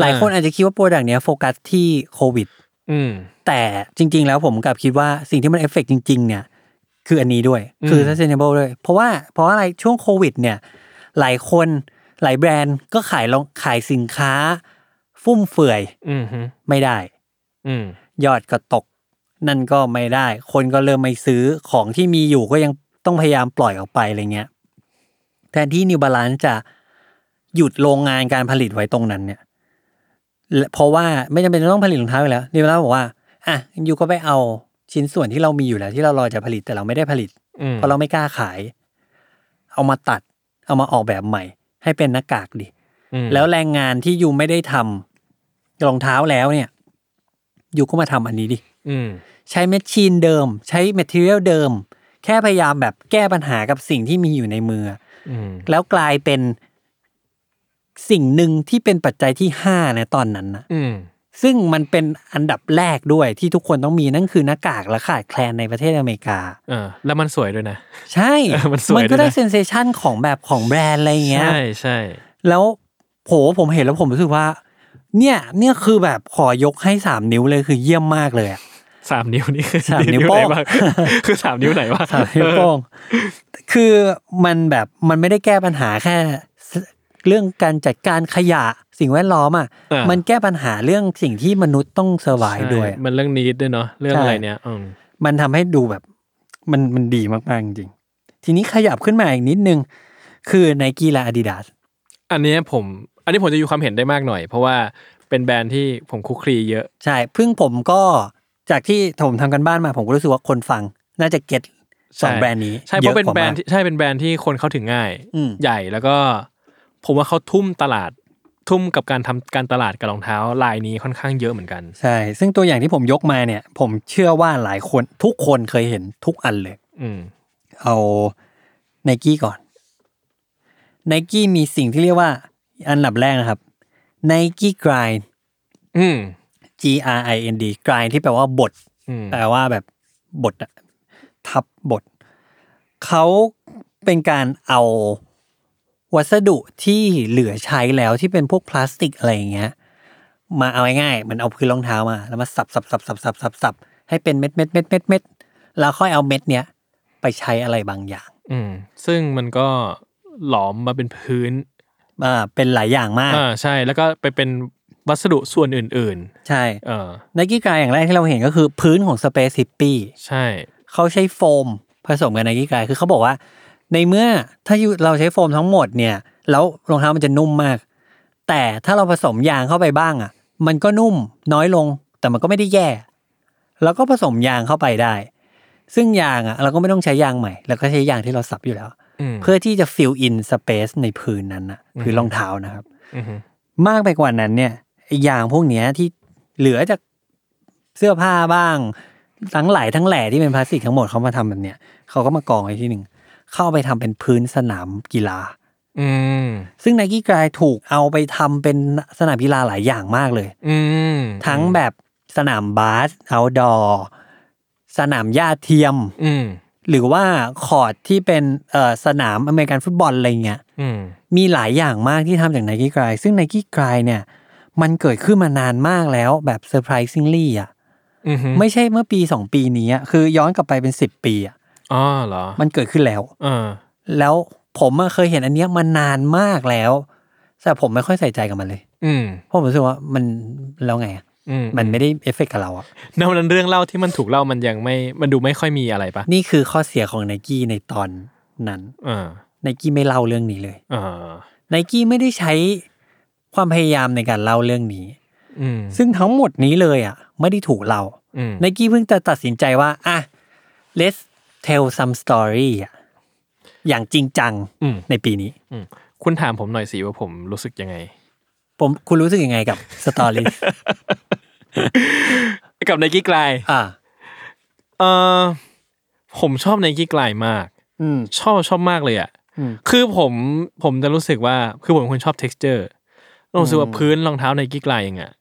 Speaker 2: หลายคนอาจจะคิดว่าโปรดักต์เนี้ยโฟกัสที่โควิด
Speaker 3: อืม
Speaker 2: แต่จริง ๆ แล้วผมกลับคิดว่าสิ่งที่มันเอฟเฟกต์จริง ๆ เนี่ย คืออันนี้ด้วย คือ
Speaker 3: อืม
Speaker 2: sustainable ด้วย เพราะว่าเพราะอะไรช่วงโควิด เนี่ย หลายคนหลายแบรนด์ก็ขายลองขายสินค้า ฟุ่มเฟือย
Speaker 3: อืมฮึ
Speaker 2: ไม่ได้
Speaker 3: อืม
Speaker 2: ยอดก็ตก นั่นก็ไม่ได้ คนก็เริ่มไม่ซื้อของที่มีอยู่ก็ยังต้องพยายามปล่อยออกไปอะไรเงี้ยแทนที่นิวบาลานจะหยุดโรงงานการผลิตไว้ตรงนั้นเนี่ยและเพราะว่าไม่จำเป็นต้องผลิตรองเท้าอยู่แล้วนิวบาลานบอกว่าอ่ะยูก็ไปเอาชิ้นส่วนที่เรามีอยู่แล้ว ที่เรารอจะผลิตแต่เราไม่ได้ผลิต
Speaker 3: อืม
Speaker 2: เพราะเราไม่กล้าขาย เอามาตัด เอามาออกแบบใหม่ ให้เป็นหน้ากากดิ
Speaker 3: อืม
Speaker 2: แล้วแรงงานที่ยูไม่ได้ทำรองเท้าแล้วเนี่ยยูก็มาทำอันนี้ดิ
Speaker 3: อืม
Speaker 2: ใช้แมชชีนเดิม ใช้ material เดิม แค่พยายามแบบแก้ปัญหากับสิ่งที่มีอยู่ในมือ
Speaker 3: อืม
Speaker 2: แล้วกลายเป็นสิ่งหนึ่งที่เป็นปัจจัยที่ห้าในตอนนั้นนะ
Speaker 3: อืม
Speaker 2: ซึ่งมันเป็นอันดับแรกด้วยที่ทุกคนต้องมีนั่นคือหน้ากากและขาดแคลนในประเทศอเมริกา
Speaker 3: เออ แล้วมันสวยด้วยนะ
Speaker 2: ใช่
Speaker 3: เออมันสวย
Speaker 2: ก็ได้
Speaker 3: ด้วยนะ
Speaker 2: เซนเซชันของแบบของแบรนด์อะไรอย่างเงี้ย
Speaker 3: ใช่ใช่
Speaker 2: แล้วโผผมเห็นแล้วผมรู้สึกว่า เนี่ยเนี่ยคือแบบขอยกให้สามนิ้วเลยคือเยี่ยมมากเลยอะ
Speaker 3: สามนิ้วนี่คือ
Speaker 2: สามนิ้ว
Speaker 3: ไห
Speaker 2: โป้
Speaker 3: น
Speaker 2: ง
Speaker 3: บ้าง คือสามนิ้วไหนวะ
Speaker 2: สามนิ้วโป้ง คือมันแบบมันไม่ได้แก้ปัญหาแค่ เรื่องการจัดการขยะสิ่งแวดล้อมอ่ะ
Speaker 3: เออ
Speaker 2: มันแก้ปัญหาเรื่องสิ่งที่มนุษย์ต้องเซอร์ไวด้วย
Speaker 3: ใช่มันเรื่องนี้ด้วยเนาะเรื่องอะไรเนี่ยอืม
Speaker 2: มันทำให้ดูแบบมันมันดีมาก ๆ จริง ทีนี้ขยับขึ้นมาอีกนิดนึง คือไนกีและอาดิดาส
Speaker 3: อันเนี้ยผม อันนี้ผมจะอยู่ความเห็นได้มากหน่อย เพราะว่าเป็นแบรนด์ที่ผมคุกคลีเยอะ
Speaker 2: ใช่เพิ่งผมก็จากที่ผมทำกันบ้านมา ผมก็รู้สึกว่าคนฟัง น่าจะเก็ตสอง
Speaker 3: ใช่
Speaker 2: แบรนด์นี้
Speaker 3: ใช่
Speaker 2: ย
Speaker 3: เพ
Speaker 2: อ
Speaker 3: ราะเป็น
Speaker 2: กว่
Speaker 3: แบรน
Speaker 2: มา
Speaker 3: ด์
Speaker 2: ก
Speaker 3: ที่ใช่เป็นแบรนด์ที่คนเข้าถึงง่าย
Speaker 2: อืม
Speaker 3: ใหญ่แล้วก็ ผมว่าเขาทุ่มตลาดทุ่มกับการทำการตลาดกับรองเท้าลายนี้ค่อนข้างเยอะเหมือนกัน
Speaker 2: ใช่ ซึ่งตัวอย่างที่ผมยกมาเนี่ย ผมเชื่อว่าหลายคนทุกคนเคยเห็นทุกอันเลย
Speaker 3: อืม
Speaker 2: เอาไนกี้ก่อนไนกี้มีสิ่งที่เรียกว่า อันดับแรกนะครับไนกี้กร n d
Speaker 3: อืม
Speaker 2: G R I N D กร n d ที่แปลว่าบด
Speaker 3: อืม
Speaker 2: แปลว่าแบบบทอะทับบท เขาเป็นการเอาวัสดุที่เหลือใช้แล้วที่เป็นพวกพลาสติกอะไรอย่างเงี้ยมาเอาง่ายๆเหมันเอาพื้นรองเท้ามา แล้วมาสับสับสับสับสับสับสับให้เป็นเม็ดเม็ดเม็ดเม็ดเม็ดแล้วค่อยเอาเม็ดเนี้ยไปใช้อะไรบางอย่าง
Speaker 3: อืม ซึ่งมันก็หลอมมาเป็นพื้น
Speaker 2: อ่าเป็นหลายอย่างมาก
Speaker 3: อ่าใช่แล้วก็ไปเป็นวัสดุส่วนอื่น
Speaker 2: ใช่
Speaker 3: ๆ เออ
Speaker 2: ไนกี้กายอย่างแรกที่เราเห็นก็คือพื้นของ Space Hippie
Speaker 3: ใช่
Speaker 2: เขาใช้โฟมผสมกับไนกี้กายคือเขาบอกว่า ในเมื่อถ้าอยู่เราใช้โฟมทั้งหมดเนี่ย แล้วรองเท้ามันจะนุ่มมาก แต่ถ้าเราผสมยางเข้าไปบ้างอ่ะ มันก็นุ่มน้อยลง แต่มันก็ไม่ได้แย่ แล้วก็ผสมยางเข้าไปได้ ซึ่งยางอ่ะ เราก็ไม่ต้องใช้ยางใหม่เราก็ใช้ยางที่เราสับอยู่แล้ว
Speaker 3: ม
Speaker 2: เพื่อที่จะฟิลอินสเปซในพื้นนั้นนะพื้น
Speaker 3: อืม
Speaker 2: รองเท้านะครับ
Speaker 3: อหือ
Speaker 2: มากไปกว่านั้นเนี่ยไอ้ยางพวกเนี้ยที่เหลือจากเสื้อผ้าบ้าง ทั้งหลายทั้งแหล่ที่เป็นพลาสติกทั้งหมดเขามาทำแบบเนี้ยเขาก็มากองไว้ที่หนึ่ง เข้าไปทำเป็นพื้นสนามกีฬา
Speaker 3: อืม
Speaker 2: ซึ่งไนกี้กรายถูกเอาไปทำเป็นสนามกีฬาหลายอย่างมากเลย
Speaker 3: อืม
Speaker 2: ทั้งแบบสนามบาสเอาดอสนามหญ้าเทียม
Speaker 3: อืม
Speaker 2: หรือว่าคอร์ดที่เป็นเอ่อสนามอเมริกันฟุตบอลอะไรเงี้ย
Speaker 3: อืม
Speaker 2: มีหลายอย่างมากที่ทำจากไนกี้กรายซึ่งไนกี้กรายเนี่ย มันเกิดขึ้นมานานมากแล้วแบบ surprisingly อ่ะ
Speaker 3: อือหือ
Speaker 2: ไม่ใช่เมื่อปี 2 ปีนี้อะคือย้อนกลับไปเป็น 10 ปีอ่ะ
Speaker 3: อ๋อเหรอ
Speaker 2: มันเกิดขึ้นแล้ว
Speaker 3: เออ
Speaker 2: แล้วผมอะเคยเห็นอันเนี้ยมานานมากแล้ว แต่ผมไม่ค่อยใส่ใจกับมันเลย
Speaker 3: อืม
Speaker 2: เพราะผมรู้สึกว่ามันแล้วไงอะ
Speaker 3: อืม
Speaker 2: มันไม่ได้เอฟเฟกต์กับเราอ่ะ
Speaker 3: นอกนั้นเรื่องเล่าที่มันถูกเล่ามันยังไม่มันดูไม่ค่อยมีอะไรปะ
Speaker 2: นี่คือข้อเสียของไนกี้ในตอนนั้น
Speaker 3: เออ
Speaker 2: ไนกี้ไม่เล่าเรื่องนี้เลย
Speaker 3: เออ
Speaker 2: ไนกี้ไม่ได้ใช้ความพยายามในการเล่าเรื่องนี้
Speaker 3: อืม
Speaker 2: ซึ่งทั้งหมดนี้เลยอ่ะ ไม่ได้ถูกเรา
Speaker 3: อืม
Speaker 2: ไนกี้เพิ่งจะตัดสินใจว่า อ่ะ let's tell some story อ่ะอย่างจริงจัง
Speaker 3: อืม
Speaker 2: ในปีนี้
Speaker 3: อืมคุณถามผมหน่อยสิว่าผมรู้สึกยังไง
Speaker 2: ผมคุณรู้สึกยังไงกับ story
Speaker 3: กับไนกี้กลาย
Speaker 2: อ่า
Speaker 3: เออผมชอบไนกี้กลายมาก
Speaker 2: อืม
Speaker 3: ชอบชอบมากเลยอ่ะ
Speaker 2: อืม
Speaker 3: คือผมผมจะรู้สึกว่าคือผมเป็นคนชอบ t e x t อร์รู้สึกว่าพื้นรองเท้าไนกี้กลายเองอ่ะ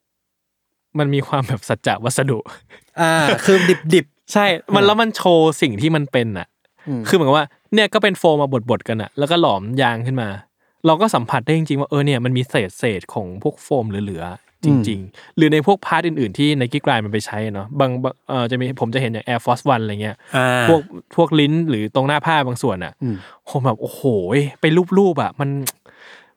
Speaker 3: มันมีความแบบสัจจะวัสดุ
Speaker 2: อ่า คือดิบดิบ
Speaker 3: ใช่ มันแล้วมันโชว์สิ่งที่มันเป็นอ่ะ
Speaker 2: อืม
Speaker 3: คือเหมือนกับว่า เนี่ยก็เป็นโฟมมาบดบดๆกันอ่ะ แล้วก็หลอมยางขึ้นมา เราก็สัมผัสได้จริงๆว่า เออ เนี่ย มันมีเศษเศษๆของพวกโฟมเหลือๆ จริง ๆ หรือในพวกพาร์ทอื่นๆ ที่ในกิ๊กไลน์มันไปใช้อะเนาะ บางบางเออจะมี ผมจะเห็นอย่าง Air Force One อะไรเงี้ย
Speaker 2: ๆอ่า
Speaker 3: พวก พวกลิ้นหรือตรงหน้าผ้าบางส่วนอ่ะ
Speaker 2: อืม
Speaker 3: ผมแบบ โอ้โห ไปรูปๆอ่ะ มัน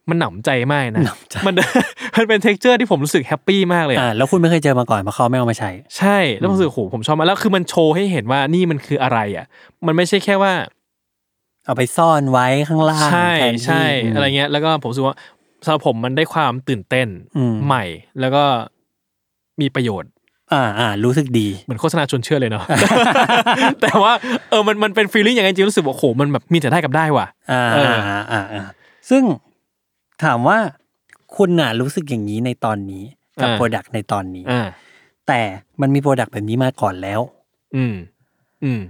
Speaker 3: มันหนำใจมากนะ
Speaker 2: หนำใจ
Speaker 3: มัน มันเป็นเท็กเจอร์ที่ผมรู้สึกแฮปปี้มากเลยอะ
Speaker 2: อ่า แล้วคุณไม่เคยเจอมาก่อนเพราะเขาไม่เอามาใช้
Speaker 3: ใช่ แล้วผมรู้สึกโหผมชอบมากแล้วคือมันโชว์ให้เห็นว่านี่มันคืออะไรอ่ะ มันไม่ใช่แค่ว่า
Speaker 2: เอาไปซ่อนไว้ข้างล่าง
Speaker 3: ใช่
Speaker 2: แทนที่
Speaker 3: ใช่
Speaker 2: ม
Speaker 3: อะไรเงี้ย แล้วก็ผมรู้สึกว่าสำหรับผมมันได้ความตื่นเต้น
Speaker 2: อืม
Speaker 3: ใหม่ แล้วก็มีประโยชน์
Speaker 2: อ่าอ่า รู้สึกดี
Speaker 3: เหมือนโฆษณาชวนเชื่อเลยเนาะ แต่ว่าเออมันมันเป็นฟีลลิ่งอย่างนั้นจริงรู้สึกว่าโหมันแบบมีแต่ได้กับได้ว่ะ
Speaker 2: อ่า
Speaker 3: เอออ่
Speaker 2: อ่าอ่าอ่าซึ่งถามว่าคุณน่ะรู้สึกอย่างนี้ในตอนนี้ กับโปรดักต์ในตอนนี้
Speaker 3: อ่า
Speaker 2: แต่มันมีโปรดักต์แบบนี้มาก่อนแล้ว
Speaker 3: อืม อืม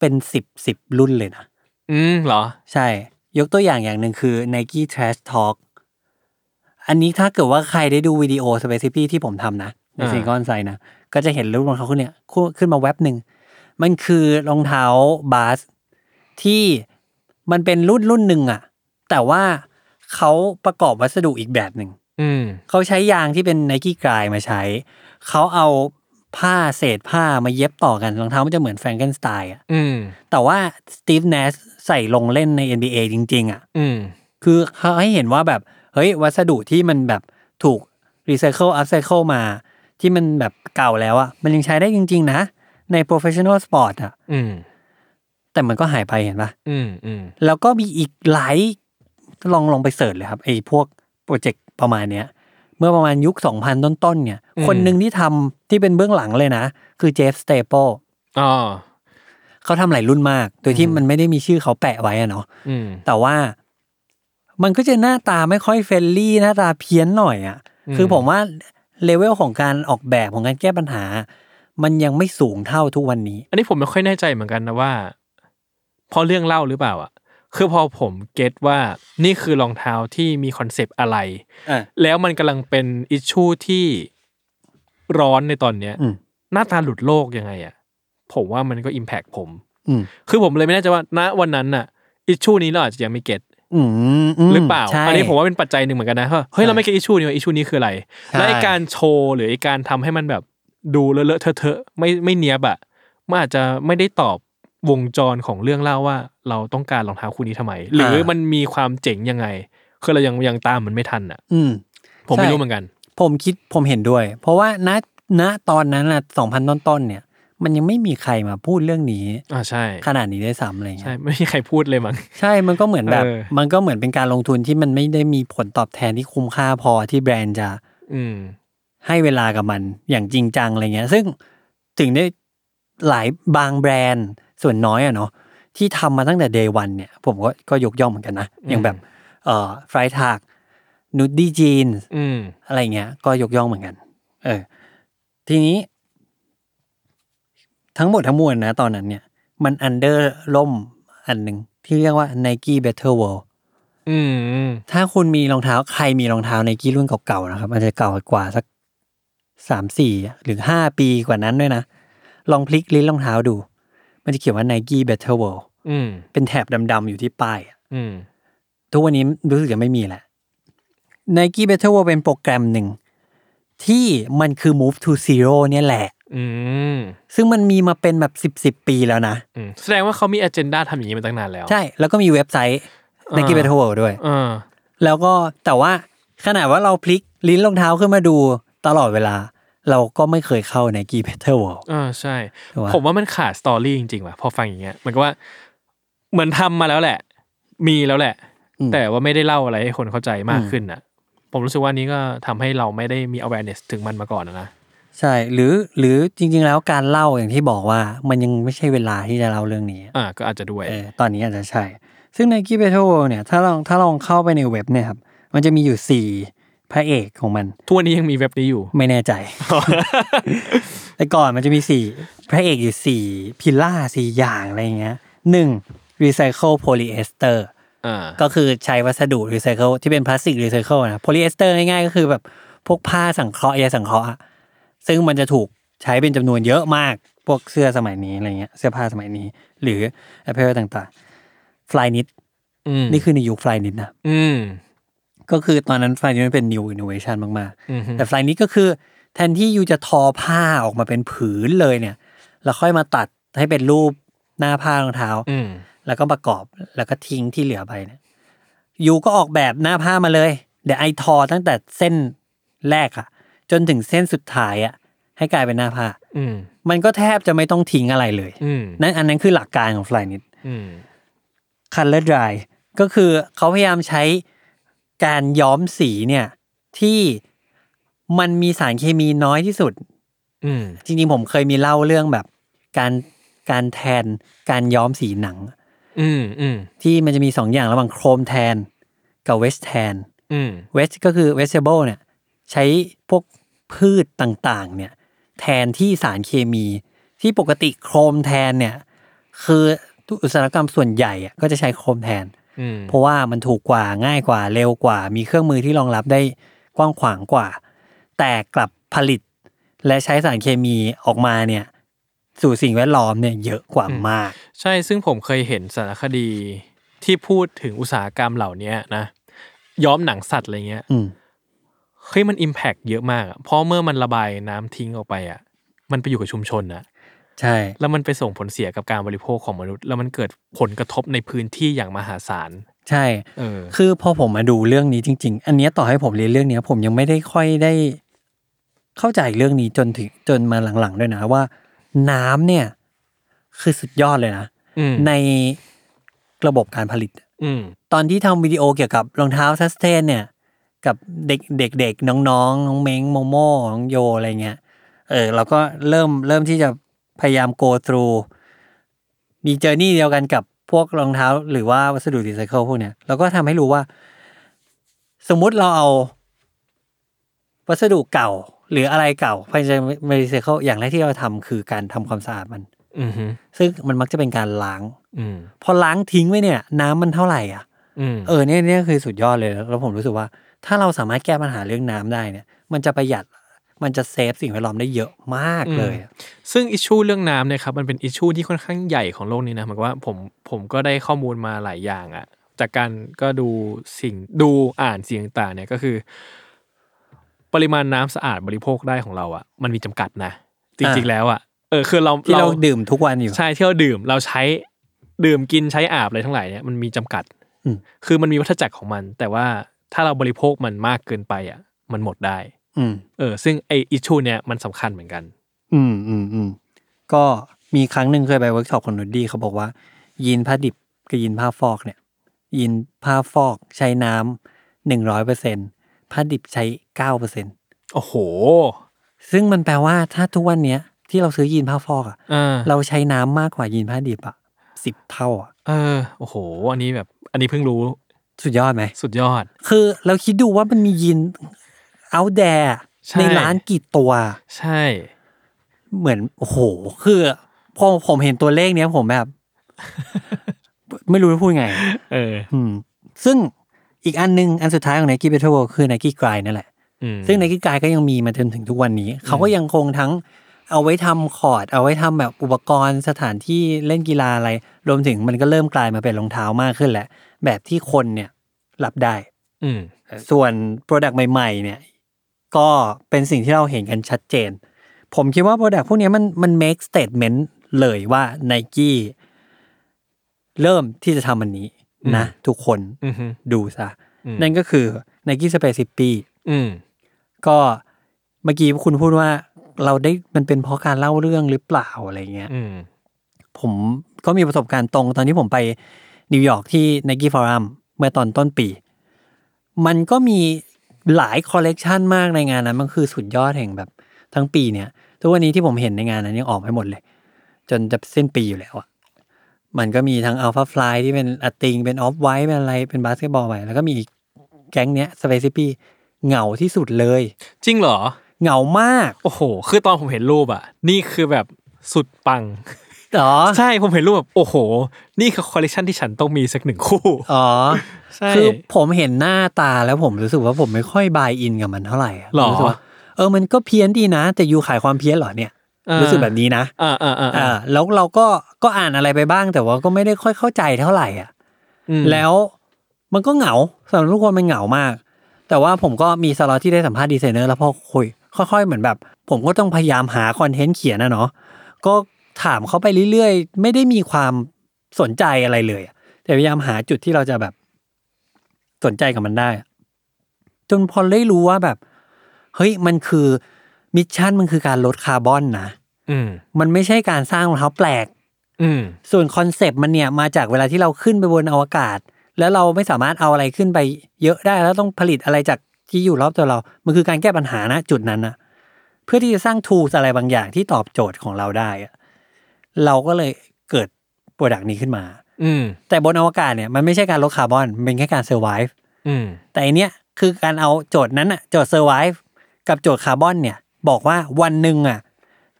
Speaker 2: เป็นสิบสิบรุ่นเลยนะ
Speaker 3: อืมเหรอ
Speaker 2: ใช่ ยกตัวอย่างอย่างหนึ่งคือ Nike Trash Talk อันนี้ถ้าเกิดว่าใครได้ดูวิดีโอ Space Hippie ที่ผมทำนะ ใน
Speaker 3: อ่า
Speaker 2: ซิงกอนไซนะ ก็จะเห็นรูปรองเท้าขึ้นเนี่ยคู่ขึ้นมาแว็บหนึ่ง มันคือรองเท้าบาส ที่มันเป็นรุ่นรุ่นหนึ่งอะแต่ว่าเขาประกอบวัสดุอีกแบบหนึ่ง
Speaker 3: อืม
Speaker 2: เขาใช้ยางที่เป็นไนกี้กรายมาใช้ เขาเอาผ้าเศษผ้ามาเย็บต่อกันรองเท้ามันจะเหมือนแฟรงเกนสไตน์อะ
Speaker 3: อืม
Speaker 2: แต่ว่าสตีฟเนสใส่ลงเล่นใน NBA จริง ๆ อ่ะ
Speaker 3: อืม
Speaker 2: คือเขาให้เห็นว่าแบบ เฮ้ย วัสดุที่มันแบบถูกรีไซเคิลอัพไซเคิลมา ที่มันแบบเก่าแล้วอ่ะ มันยังใช้ได้จริง ๆ นะ ใน professional sport อ่ะ
Speaker 3: อืม
Speaker 2: แต่มันก็หายไปเห็นปะ
Speaker 3: อืม อืม
Speaker 2: แล้วก็มีอีกหลาย ลองลองไปเสิร์ชเลยครับไอ้พวกโปรเจกต์ประมาณเนี้ย เมื่อประมาณยุค 2000 ต้น ๆ เนี่ย
Speaker 3: อืม
Speaker 2: คนหนึ่งที่ทำที่เป็นเบื้องหลังเลยนะ คือเจฟสเตเปล
Speaker 3: อ๋อ
Speaker 2: เขาทำหลายรุ่นมาก โดยที่มันไม่ได้มีชื่อเขาแปะไว้อะเนาะ
Speaker 3: อืม
Speaker 2: แต่ว่า มันก็จะหน้าตาไม่ค่อยเฟรนลี่หน้าตาเพี้ยนหน่อยอะ่ะ
Speaker 3: อืม
Speaker 2: คือผมว่าเลเวลของการออกแบบของการแก้ปัญหา มันยังไม่สูงเท่าทุกวันนี้
Speaker 3: อันนี้ผมไม่ค่อยแน่ใจเหมือนกันนะว่าเพอเรื่องเล่าหรือเปล่าอ่ะ คือพอผมเก็ตว่านี่คือรองเท้าที่มีคอนเซปต์อะไร
Speaker 2: อ่ะ
Speaker 3: แล้วมันกำลังเป็นอิชชูที่ร้อนในตอนเนี้ย
Speaker 2: อืม
Speaker 3: หน้าตาหลุดโลกยังไงอ่ะผมว่ามันก็อิมแพกผม
Speaker 2: อืม
Speaker 3: คือผมเลยไม่แน่ใจว่าณวันนั้นน่ะอิชชูนี้เราอาจจะยังไม่เก็ต
Speaker 2: อืมม
Speaker 3: หรือเปล่า
Speaker 2: ใช่
Speaker 3: อันนี้ผมว่าเป็นปัจจัยหนึ่งเหมือนกันนะว่าเฮ้ยเราไม่เก็ตอิชชูนี้ว่าอิชชูนี้คืออะไร
Speaker 2: ใช่
Speaker 3: และไอ้การโชว์หรือไอ้การทำให้มันแบบดูเลอะๆเทอะๆไม่ไม่เนียบอะมันอาจจะไม่ได้ตอบวงจรของเรื่องเล่าว่า เราต้องการรองเท้าคู่นี้ทำไม หรือมันมีความเจ๋งยังไงคือเรายังยังตามมันไม่ทันอ่ะ
Speaker 2: อืม
Speaker 3: ผมไม่
Speaker 2: ใช่
Speaker 3: รู้เหมือนกัน
Speaker 2: ผมคิดผมเห็นด้วย เพราะว่าณณตอนนั้นน่ะสองพันต้นๆเนี่ย มันยังไม่มีใครมาพูดเรื่องนี้
Speaker 3: อ่าใช่
Speaker 2: ขนาดนี้ได้วยซ้ำอะไร
Speaker 3: ใช่
Speaker 2: เงี้ย
Speaker 3: ไม่มีใครพูดเลยมั้ง
Speaker 2: ใช่มันก็เหมือนแบบ
Speaker 3: เออ
Speaker 2: มันก็เหมือนเป็นการลงทุนที่มันไม่ได้มีผลตอบแทนที่คุ้มค่าพอที่แบรนด์จะ
Speaker 3: อืม
Speaker 2: ให้เวลากับมันอย่างจริงจังอะไรเงี้ย ซึ่งถึงได้หลายบางแบรนด์ส่วนน้อยอะเนาะที่ทำมาตั้งแต่ day one เนี่ย ผมก็ก็ยกย่องเหมือนกันนะ
Speaker 3: อืม
Speaker 2: อย่างแบบเอ่อฟรายทากนูดดี้จีน
Speaker 3: อืม
Speaker 2: อะไรเงี้ย ก็ยกย่องเหมือนกัน เออ ทีนี้ ทั้งหมดทั้งมวลนะ ตอนนั้นเนี่ย มันอันเดอร์ล่มอันหนึ่งที่เรียกว่า Nike Better World
Speaker 3: อืมอืม
Speaker 2: ถ้าคุณมีรองเท้าใครมีรองเท้าไนกี้รุ่นเก่าๆนะครับอาจจะเก่ากว่าสักสามสี่หรือห้าปีกว่านั้นด้วยนะ ลองพลิกลิ้นรองเท้าดู มันจะเขียนว่า Nike Better World
Speaker 3: อืม
Speaker 2: เป็นแถบดำๆอยู่ที่ป้ายอะ
Speaker 3: อืม
Speaker 2: ทุกวันนี้รู้สึกจะไม่มีแหละ Nike Better World เป็นโปรแกรมหนึ่ง ที่มันคือ Move to Zero เนี่ยแหละ
Speaker 3: อืม
Speaker 2: ซึ่งมันมีมาเป็นแบบสิบสิบปีแล้วนะ
Speaker 3: อืมแสดงว่าเขามี a อเจนดาทำอย่างนี้มาตั้งนานแล้ว
Speaker 2: ใช่แล้วก็มีเว็บไซต์ Nike
Speaker 3: อ่า
Speaker 2: Better World ด้วย
Speaker 3: อ่า
Speaker 2: แล้วก็แต่ว่าขนาดว่าเราพลิกลิ้นรองเท้าขึ้นมาดูตลอดเวลา เราก็ไม่เคยเข้าในกีเพเทอร์วอล
Speaker 3: อ่าใช่
Speaker 2: แต่ว่า
Speaker 3: ผมว่ามันขาดสตอรี่จริงๆว่ะพอฟังอย่างเงี้ยเหมือนกับว่า เหมือนทำมาแล้วแหละ มีแล้วแหละ แต่ว่าไม่ได้เล่าอะไรให้คนเข้าใจมากขึ้นน่ะ ผมรู้สึกว่านี้ก็ทำให้เราไม่ได้มี awareness ถึงมันมาก่อนนะนะ
Speaker 2: ใช่ หรือหรือจริง ๆ แล้วการเล่าอย่างที่บอกว่ามันยังไม่ใช่เวลาที่จะเล่าเรื่องนี้
Speaker 3: อ่า ก็อาจจะด้วย
Speaker 2: เออตอนนี้อาจจะใช่ ซึ่งในกีเพเทอร์วอลเนี่ยถ้าลองถ้าลองเข้าไปในเว็บเนี่ยครับ มันจะมีอยู่สี่พระเอกของมัน
Speaker 3: ทั่วนนี้ยังมีเว็บนี้อยู่
Speaker 2: ไม่แน่ใจ แต่ก่อนมันจะมีสี่พระเอกอยู่สี่พิลล่าสี่อย่างอะไรอย่างเงี้ยหนึ่งรีไซเคิลโพลีเอสเตอร์
Speaker 3: อ่า
Speaker 2: ก็คือใช้วัสดุรีไซเคิลที่เป็นพลาสติกรีไซเคิลนะโพลีเอสเตอร์ง่ายๆก็คือแบบพวกผ้าสังเคราะห์ใยสังเคราะห์อะซึ่งมันจะถูกใช้เป็นจำนวนเยอะมาก พวกเสื้อสมัยนี้อะไรเงี้ยเสื้อผ้าสมัยนี้ หรืออ p พ r ต่างๆฟลายนิด
Speaker 3: อืม
Speaker 2: นี่คือในยุคฟลายนิดนะ
Speaker 3: อืม
Speaker 2: ก็คือตอนนั้นฟลายนิดมันเป็น new innovation มาก
Speaker 3: อือฮึ
Speaker 2: ๆ แต่ฟลายนิดก็คือ แทนที่ยูจะทอผ้าออกมาเป็นผืนเลยเนี่ย แล้วค่อยมาตัดให้เป็นรูปหน้าผ้ารองเท้า
Speaker 3: อืม
Speaker 2: แล้วก็ประกอบแล้วก็ทิ้งที่เหลือไปเนี่ยยูก็ออกแบบหน้าผ้ามาเลย เดี๋ยวไอทอตั้งแต่เส้นแรกอะจนถึงเส้นสุดท้ายอะให้กลายเป็นหน้าผ้า
Speaker 3: อืม
Speaker 2: มันก็แทบจะไม่ต้องทิ้งอะไรเลย
Speaker 3: อืม
Speaker 2: นั่นอันนั้นคือหลักการของฟลายนิด
Speaker 3: อืม
Speaker 2: color dry ก็คือเขาพยายามใช้การย้อมสีเนี่ย ที่มันมีสารเคมีน้อยที่สุด
Speaker 3: อืม
Speaker 2: จริงๆผมเคยมีเล่าเรื่องแบบการการแทนการย้อมสีหนัง
Speaker 3: อืม อืม
Speaker 2: ที่มันจะมี 2 อย่างระหว่างโครมแทนกับเวสแทน
Speaker 3: อืม
Speaker 2: เวสก็คือเวสเทเบิลเนี่ยใช้พวกพืชต่างๆเนี่ยแทนที่สารเคมี ที่ปกติโครมแทนเนี่ยคืออุตสาหกรรมส่วนใหญ่อะก็จะใช้โครมแทน
Speaker 3: อืม
Speaker 2: เพราะว่ามันถูกกว่าง่ายกว่าเร็วกว่า มีเครื่องมือที่รองรับได้กว้างขวางกว่า แต่กลับผลิต และใช้สารเคมีออกมาเนี่ยสู่สิ่งแวดล้อมเนี่ยเยอะกว่ามาก
Speaker 3: ใช่ ซึ่งผมเคยเห็นสารคดีที่พูดถึงอุตสาหกรรมเหล่าเนี้ยนะ ย้อมหนังสัตว์อะไรเงี้ย
Speaker 2: อืม
Speaker 3: เฮ้ย มันอิมแพกเยอะมากอะเพราะเมื่อมันระบายน้ำทิ้งออกไปอ่ะ มันไปอยู่กับชุมชนนะ
Speaker 2: ใช่
Speaker 3: แล้วมันไปส่งผลเสียกับการบริโภคของมนุษย์ แล้วมันเกิดผลกระทบในพื้นที่อย่างมหาศาล
Speaker 2: ใช่
Speaker 3: เออ
Speaker 2: คือพอผมมาดูเรื่องนี้จริง ๆ อันเนี้ยต่อให้ผมเรียนเรื่องเนี้ย ผมยังไม่ได้ค่อยได้ เข้าใจเรื่องนี้จนถึงจนมาหลังๆ ด้วยนะว่า น้ำเนี่ย คือสุดยอดเลยนะ
Speaker 3: อืม
Speaker 2: ในระบบการผลิต
Speaker 3: อืม
Speaker 2: ตอนที่ทำวิดีโอเกี่ยวกับรองเท้าซัสเทนเนี่ย กับเด็กเด็กเด็กน้องๆน้องเม้งโมโม่น้องโยอะไรเงี้ยเออเราก็เริ่มเริ่มที่จะพยายาม go through มีเจอร์นี่เดียวกันกับพวกรองเท้า หรือว่าวัสดุรีไซเคิลพวกเนี้ยเราก็ทำให้รู้ว่า สมมุติเราเอา วัสดุเก่า หรืออะไรเก่าไปจะมารีไซเคิลอย่างแรกที่เราทำคือการทำความสะอาดมัน
Speaker 3: อืมฮึ
Speaker 2: ซึ่งมันมักจะเป็นการล้าง
Speaker 3: อืม
Speaker 2: พอล้างทิ้งไว้เนี่ย น้ำมันเท่าไหร่อ่ะ
Speaker 3: อืม
Speaker 2: เออเนี่ยเนี่ยคือสุดยอดเลยแล้วแล้วผมรู้สึกว่า ถ้าเราสามารถแก้ปัญหาเรื่องน้ำได้เนี่ย มันจะประหยัดมันจะเซฟสิ่งแวดล้อมได้เยอะมากเลยอะ
Speaker 3: ซึ่งอิชชูเรื่องน้ำเนี่ยครับมันเป็นอิชชูที่ค่อนข้างใหญ่ของโลกนี้นะหมายความว่าผมผมก็ได้ข้อมูลมาหลายอย่างอะจากการก็ดูสิ่งดูอ่านสิ่งต่างๆเนี่ยก็คือ ปริมาณน้ำสะอาดบริโภคได้ของเราอะมันมีจำกัดนะ จริงๆแล้วอะเออคือเรา
Speaker 2: ที่เราดื่มทุกวันอยู่
Speaker 3: ใช่ที่เราดื่มเราใช้ดื่มกินใช้อาบอะไรทั้งหลายเนี่ยมันมีจำกัด
Speaker 2: อืม
Speaker 3: คือมันมีวัฏจักรของมัน แต่ว่าถ้าเราบริโภคมันมากเกินไปอ่ะ มันหมดได้
Speaker 2: อืม
Speaker 3: เออ ซึ่งไออิชูเนี่ยมันสำคัญเหมือนกัน
Speaker 2: อืมอืมอืมก็มีครั้งหนึ่งเคยไปเวิร์กช็อปของนุดดี้เขาบอกว่า ยีนผ้าดิบกับยีนผ้าฟอกเนี่ย ยีนผ้าฟอกใช้น้ำหนึ่งร้อยเปอร์เซ็นผ้าดิบใช้เก้าเปอร์เซ็น
Speaker 3: โอ้โห
Speaker 2: ซึ่งมันแปลว่าถ้าทุกวันเนี้ยที่เราซื้อยีนผ้าฟอกอะ
Speaker 3: อ่า
Speaker 2: เราใช้น้ำมากกว่ายีนผ้าดิบอะสิบเท่าอะ
Speaker 3: เออโอ้โห อันนี้แบบ อันนี้เพิ่งรู้
Speaker 2: สุดยอดไหม
Speaker 3: สุดยอด
Speaker 2: คือเราคิดดูว่ามันมียีนเอาแด
Speaker 3: ใช่
Speaker 2: ในร้านกี่ตัว
Speaker 3: ใช่
Speaker 2: เหมือนโอ้โห คือพอผมเห็นตัวเลขเนี้ยผมแบบ ไม่รู้จะพูดไง
Speaker 3: เออ
Speaker 2: อืมซึ่งอีกอันหนึง อันสุดท้ายของ Nike b a t t l e w o r l d คือ Nike g r i d นั่นแหละ
Speaker 3: อืม
Speaker 2: ซึ่ง Nike g r i d ก็ยังมีมาจนถึงทุกวันนี้ เขาก็ยังคงทั้งเอาไว้ทำคอร์ด เอาไว้ทำแบบอุปกรณ์สถานที่เล่นกีฬาอะไร รวมถึงมันก็เริ่มกลายมาเป็นรองเท้ามากขึ้นแหละ แบบที่คนเนี่ยรับได้
Speaker 3: อืม
Speaker 2: ส่วน Product ใหม่ ๆ เนี่ย ก็เป็นสิ่งที่เราเห็นกันชัดเจน ผมคิดว่า Product พวกเนี้ยมันมัน make statement เลยว่า Nike เริ่มที่จะทำอันนี้นะ ทุกคน
Speaker 3: อืมฮึ
Speaker 2: ดูซะ
Speaker 3: อืม
Speaker 2: นั่นก็คือ Nike Space 10 ปี
Speaker 3: อืม
Speaker 2: ก็เมื่อกี้คุณพูดว่าเราได้มันเป็นเพราะการเล่าเรื่องหรือเปล่าอะไรเงี้ย
Speaker 3: อืม
Speaker 2: ผมก็มีประสบการณ์ตรงตอนที่ผมไปนิวยอร์กที่ Nike Forum เมื่อตอนต้นปี มันก็มีหลายคอลเลกชันมากในงานนั้น มันคือสุดยอดแห่งแบบทั้งปีเนี่ย ทุกวันนี้ที่ผมเห็นในงานนั้นยังออกไม่หมดเลย จนจะสิ้นปีอยู่แล้วอะมันก็มีทั้งอัลฟาฟลายที่เป็นอติง เป็นออฟไวท์เป็นอะไรเป็นบาสเกตบอลไปแล้วก็มีแก๊งเนี้ยสเปซิปี้เหงาที่สุดเลย
Speaker 3: จริงเหรอ
Speaker 2: เหงามาก
Speaker 3: โอ้โห คือตอนผมเห็นรูปอ่ะ นี่คือแบบสุดปัง
Speaker 2: เหรอ
Speaker 3: ใช่ผมเห็นรูปแบบโอ้โห นี่คือคอลเลกชันที่ฉันต้องมีสักหนึ่งคู่
Speaker 2: อ๋อ
Speaker 3: ใช่
Speaker 2: คือผมเห็นหน้าตาแล้วผมรู้สึกว่าผมไม่ค่อยบายอินกับมันเท่าไหร่ะ
Speaker 3: หรอ
Speaker 2: ผมสึกว่าเออมันก็เพี้ยนดีนะ แต่ยูขายความเพี้ยนเหรอเนี่ย รู้สึกแบบนี้นะ
Speaker 3: อ่าอ่าอ่า
Speaker 2: อ่าแล้วเราก็ก็อ่านอะไรไปบ้าง แต่ว่าก็ไม่ได้ค่อยเข้าใจเท่าไหร่อ่ะ
Speaker 3: อืม
Speaker 2: แล้วมันก็เหงาสำหรับทุกคนมันเหงามาก แต่ว่าผมก็มีสล็อตที่ได้สัมภาษณ์ดีไซเนอร์แล้วพอคุย ค่อยๆเหมือนแบบ ผมก็ต้องพยายามหาคอนเทนต์เขียนนะเนาะก็ถามเขาไปเรื่อยๆ ไม่ได้มีความสนใจอะไรเลยอะแต่พยายามหาจุดที่เราจะแบบสนใจกับมันได้อะจนพอได้รู้ว่าแบบ เฮ้ยมันคือมิชชั่นมันคือการลดคาร์บอนนะ
Speaker 3: อืม
Speaker 2: มันไม่ใช่การสร้างรองเท้าแปลก
Speaker 3: อืม
Speaker 2: ส่วนคอนเซปต์มันเนี่ยมาจากเวลาที่เราขึ้นไปบนอวกาศ แล้วเราไม่สามารถเอาอะไรขึ้นไปเยอะได้ แล้วต้องผลิตอะไรจากที่อยู่รอบตัวเรา มันคือการแก้ปัญหานะจุดนั้นนะเพื่อที่จะสร้างทูสอะไรบางอย่างที่ตอบโจทย์ของเราได้อะเราก็เลยเกิดโปรดักต์นี้ขึ้นมา
Speaker 3: อืม
Speaker 2: แต่บนอวกาศเนี่ยมันไม่ใช่การลดคาร์บอนมันเป็นแค่การเซอร์ไวฟ์
Speaker 3: อืม
Speaker 2: แต่อันเนี้ยคือการเอาโจทย์นั้นอะโจทย์เซอร์ไวฟ์กับโจทย์คาร์บอนเนี่ย บอกว่าวันหนึ่งอะ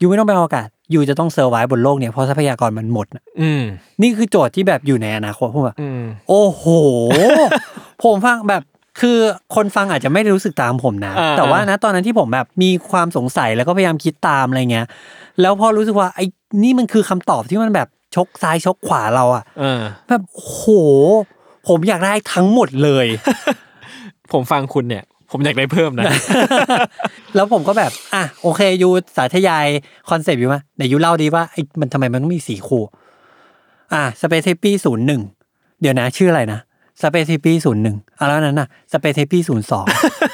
Speaker 2: ยูไม่ต้องไปอวกาศยูจะต้องเซอร์ไวฟ์บนโลกเนี่ยเพราะทรัพยากรมันหมดน่ะ
Speaker 3: อืม
Speaker 2: นี่คือโจทย์ที่แบบอยู่ในอนาคตผมแบบ
Speaker 3: อืม
Speaker 2: โอ้โห ผมฟังแบบคือคนฟังอาจจะไม่ได้รู้สึกตามผมนะ แต่ว่านะตอนนั้นที่ผมแบบมีความสงสัยแล้วก็พยายามคิดตามอะไรเงี้ย แล้วพอรู้สึกว่าไอ้นี่มันคือคำตอบที่มันแบบชกซ้ายชกขวาเราอะ
Speaker 3: เออ
Speaker 2: แบบโอ้โห ผมอยากได้ทั้งหมดเลย
Speaker 3: ผมฟังคุณเนี่ย ผมอยากได้เพิ่ม นะ
Speaker 2: แล้วผมก็แบบอ่ะโอเคยูสาธยายคอนเซปต์อยู่มาแต่ยูเล่าดีว่าไอ้มันทำไมมันต้องมีสี่คู่อ่ะสเปซเฮปปี้ศูนย์หนึ่งเดี๋ยวนะชื่ออะไรนะสเปซเฮปปี้ศูนย์หนึ่งอ่ะแล้วนั้นน่ะสเปซเฮปปี้ศูนย์สอง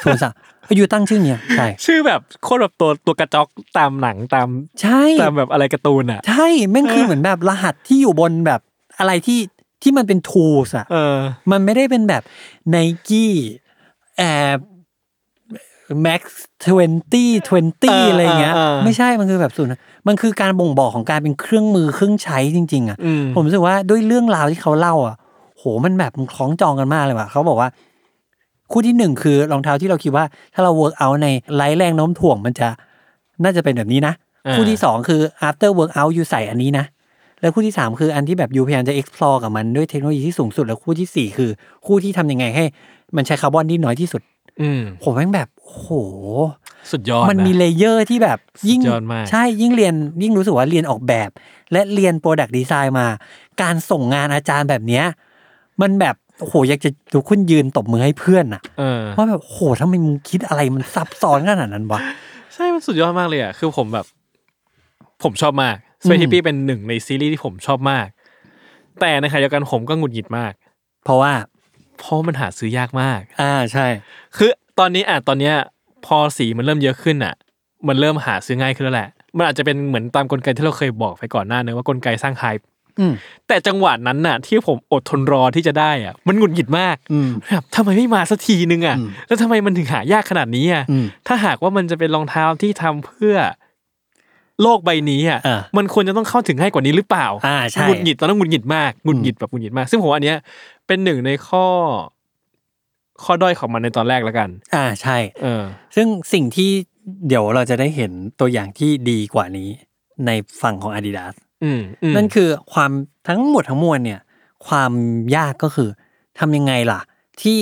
Speaker 2: ศูนย์สามยูตั้งชื่อเนี้ยใช่
Speaker 3: ชื่อแบบโคตรแบบตัวตัวกระจอกตามหนังตาม
Speaker 2: ใช่
Speaker 3: ตามแบบอะไรการ์ตูนอ่ะ
Speaker 2: ใช่แม่งคือเหมือนแบบรหัสที่อยู่บนแบบอะไรที่ที่มันเป็นทูสอะ
Speaker 3: เออ
Speaker 2: มันไม่ได้เป็นแบบไนกี้แอบ Max 20 20 อะไรเงี้ย
Speaker 3: อ่าอ่า
Speaker 2: ไม่ใช่ มันคือแบบศูนย์นะมันคือการบ่งบอกของการเป็นเครื่องมือเครื่องใช้จริง ๆ อ่ะ
Speaker 3: อืม
Speaker 2: ผมรู้สึกว่าด้วยเรื่องราวที่เขาเล่าอ่ะ โห มันแบบมันคล้องจองกันมากเลยว่ะ เขาบอกว่า คู่ที่หนึ่งคือรองเท้าที่เราคิดว่า ถ้าเราเวิร์กเอาในไร้แรงโน้มถ่วงมันจะน่าจะเป็นแบบนี้นะ
Speaker 3: อ่า
Speaker 2: คู่ที่สองคือ after workout อยู่ใส่อันนี้นะ แล้วคู่ที่สามคืออันที่แบบยูพยายามจะ explore กับมันด้วยเทคโนโลยีที่สูงสุด แล้วคู่ที่สี่คือ คู่ที่ทำยังไงให้ มันใช้คาร์บอนที่น้อยที่สุด
Speaker 3: อืม
Speaker 2: ผมแม่งแบบโอ้โห
Speaker 3: สุดยอด
Speaker 2: มันมี
Speaker 3: ะ
Speaker 2: เลเยอร์ที่แบบยิ่ง
Speaker 3: สุดยอดมาก
Speaker 2: ใช่ยิ่งเรียนยิ่งรู้สึกว่าเรียนออกแบบ และเรียนโปรดักต์ดีไซน์มา การส่งงานอาจารย์แบบเนี้ยมันแบบโอ้โหอยากจะดูขึ้นยืนตบมือให้เพื่อนอะ
Speaker 3: เออ
Speaker 2: ว่าแบบโอ้โหทำไมมึงคิดอะไรมันซับซ้อนขนาดนั้นวะ
Speaker 3: ใช่ มันสุดยอดมากเลยอ่ะ คือผมแบบ ผมชอบมาก s เ a
Speaker 2: อืม
Speaker 3: t ิปี้เป็นหนึ่งในซีรีส์ที่ผมชอบมาก แต่ในขณะเดียวกันผมก็หงุดหงิดมาก
Speaker 2: เพราะว่า
Speaker 3: เพราะมันหาซื้อยากมาก
Speaker 2: อ่าใช่
Speaker 3: คือตอนนี้อ่ะตอนเนี้ยพอสีมันเริ่มเยอะขึ้นอ่ะ มันเริ่มหาซื้อง่ายขึ้นแล้วแหละ มันอาจจะเป็นเหมือนตามกลไกที่เราเคยบอกไปก่อนหน้าเนอะว่ากลไกสร้างไฮป์
Speaker 2: อืม
Speaker 3: แต่จังหวะนั้นน่ะ ที่ผมอดทนรอที่จะได้อ่ะ มันหงุดหงิดมาก
Speaker 2: อืม
Speaker 3: แบบทำไมไม่มาสักทีนึงอ่ะ
Speaker 2: อืม
Speaker 3: แล้วทำไมมันถึงหายากขนาดนี้อ่ะ
Speaker 2: อืม
Speaker 3: ถ้าหากว่ามันจะเป็นรองเท้าที่ทำเพื่อโลกใบนี้อ่ะ
Speaker 2: อ่า
Speaker 3: มันควรจะต้องเข้าถึงง่ายกว่านี้หรือเปล่า
Speaker 2: อ่าใช่
Speaker 3: หงุดหงิดตอนนั้นหงุดหงิดมากหงุดหงิดแบบหงุดหงิดมาก ซึ่งผมว่าอันเนี้ยเป็นหนึ่งในข้อ ข้อด้อยของมันในตอนแรกแล้วกัน
Speaker 2: อ่าใช่
Speaker 3: เออ
Speaker 2: ซึ่งสิ่งที่เดี๋ยวเราจะได้เห็นตัวอย่างที่ดีกว่านี้ในฝั่งของ Adidas
Speaker 3: อืมม
Speaker 2: นั่นคือความทั้งหมดทั้งมวลเนี่ย ความยากก็คือทำยังไงล่ะ ที่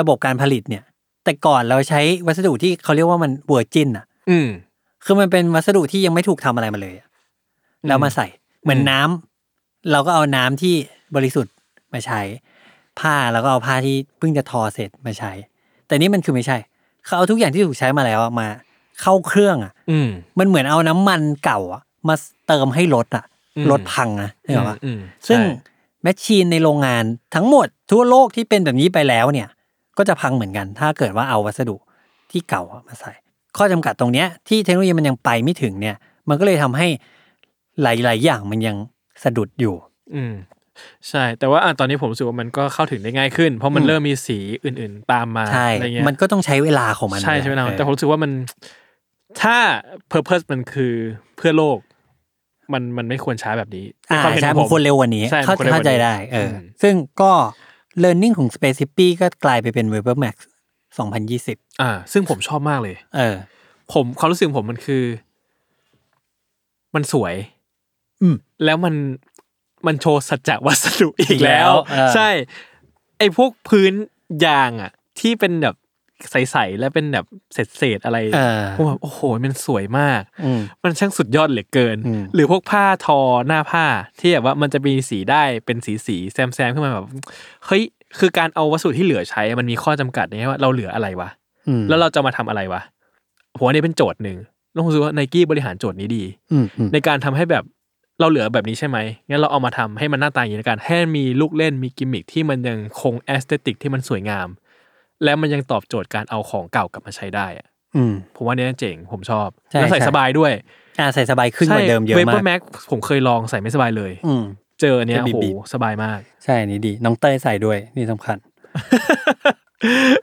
Speaker 2: ระบบการผลิตเนี่ย แต่ก่อนเราใช้วัสดุที่เขาเรียกว่ามันเวอร์จินอ่ะ
Speaker 3: อืม
Speaker 2: คือมันเป็นวัสดุที่ยังไม่ถูกทำอะไรมาเลยอะแล้วมาใส่เหมือน
Speaker 3: อืม
Speaker 2: น้ำเราก็เอาน้ำที่บริสุทธิ์มาใช้ ผ้าแล้วก็เอาผ้าที่เพิ่งจะทอเสร็จมาใช้ แต่นี่มันคือไม่ใช่ เขาเอาทุกอย่างที่ถูกใช้มาแล้วอะมาเข้าเครื่องอ่ะ
Speaker 3: อืม
Speaker 2: มันเหมือนเอาน้ำมันเก่าอะมาเติมให้รถอ่ะ
Speaker 3: อืม
Speaker 2: รถพังนะเห็นปะ
Speaker 3: อืม
Speaker 2: ซึ่ง
Speaker 3: ใช่
Speaker 2: แมชชีนในโรงงานทั้งหมดทั่วโลกที่เป็นแบบนี้ไปแล้วเนี่ย ก็จะพังเหมือนกัน ถ้าเกิดว่าเอาวัสดุที่เก่าอะมาใส่ ข้อจำกัดตรงเนี้ยที่เทคโนโลยีมันยังไปไม่ถึงเนี่ย มันก็เลยทำให้หลาย ๆ อย่างมันยังสะดุดอยู่
Speaker 3: อืม ใช่ แต่ว่าอ่ะตอนนี้ผมรู้สึกว่ามันก็เข้าถึงได้ง่ายขึ้น เพราะมัน
Speaker 2: อืม
Speaker 3: เริ่มมีสีอื่น ๆ ตามมา
Speaker 2: ใช่
Speaker 3: อะไรเงี้ย
Speaker 2: มันก็ต้องใช้เวลาของมัน
Speaker 3: ใช่ใช่ไหมเรา
Speaker 2: เออ
Speaker 3: แต่ผมรู้สึกว่ามันถ้า purpose มันคือเพื่อโลก มันมันไม่ควรช้าแบบนี้
Speaker 2: อ่า
Speaker 3: ความเห็น
Speaker 2: ใช่
Speaker 3: ข
Speaker 2: มั
Speaker 3: อน ง
Speaker 2: ควรเร็วกวันนี้
Speaker 3: ใช่
Speaker 2: เข้า
Speaker 3: มันควรเร็วก
Speaker 2: เข้า
Speaker 3: ว่านี้
Speaker 2: ใจได้เอออ
Speaker 3: ม
Speaker 2: ซึ่งก็ Learning ของ Space Hippie ก็กลายไปเป็น w e b e r Max 2020
Speaker 3: อ่า ซึ่งผมชอบมากเลย
Speaker 2: เออ
Speaker 3: ผมความรู้สึกผมมันคือ มันสวย
Speaker 2: อืม
Speaker 3: แล้วมันมันโชว์สัจจะวัสดุอีกแล้ว
Speaker 2: อีกแล้วเออ
Speaker 3: ใช่ ไอ้พวกพื้นยางอ่ะ ที่เป็นแบบใสๆและเป็นแบบเศษเศษๆอะไร
Speaker 2: เออ
Speaker 3: ผมแบบโอ้โห มันสวยมาก
Speaker 2: อืม
Speaker 3: มันช่างสุดยอดเหลือเกิน
Speaker 2: อืม
Speaker 3: หรือพวกผ้าทอหน้าผ้าที่แบบว่ามันจะมีสีได้เป็นสีสีๆแซมแซมๆขึ้นมาแบบเฮ้ยคือการเอาวัสดุที่เหลือใช้อะมันมีข้อจำกัดในแง่ว่าเราเหลืออะไรวะ
Speaker 2: อืม
Speaker 3: แล้วเราจะมาทำอะไรวะผมว่านี่เป็นโจทย์หนึ่งแล้วผมรู้สึกว่าไนกี้บริหารโจทย์นี้ดี
Speaker 2: อืมอืม
Speaker 3: ในการทำให้แบบเราเหลือแบบนี้ใช่ไหมงั้นเราเอามาทำให้มันหน้าตาอย่างนี้ละกันให้มีลูกเล่นมีกิมมิคที่มันยังคงแอสเตติกที่มันสวยงาม และมันยังตอบโจทย์การเอาของเก่ากลับมาใช้ได้อะ
Speaker 2: อืม
Speaker 3: ผมว่าเนี่ยเจ๋งผมชอบ
Speaker 2: ใช่
Speaker 3: แล้วใส่
Speaker 2: ใช่
Speaker 3: สบายด้วย
Speaker 2: อ่าใส่สบายขึ้นกว่าเดิมเยอะ
Speaker 3: เว
Speaker 2: มา
Speaker 3: เปอก ร์แม็กผมเคยลองใส่ไม่สบายเลย
Speaker 2: อืม
Speaker 3: เจออันเนี้ย
Speaker 2: จะ
Speaker 3: โอ้
Speaker 2: บี
Speaker 3: โห
Speaker 2: บ
Speaker 3: สบายมาก
Speaker 2: ใช่อันนี่ดี น้องเต้ยใส่ด้วย นี่สำคัญ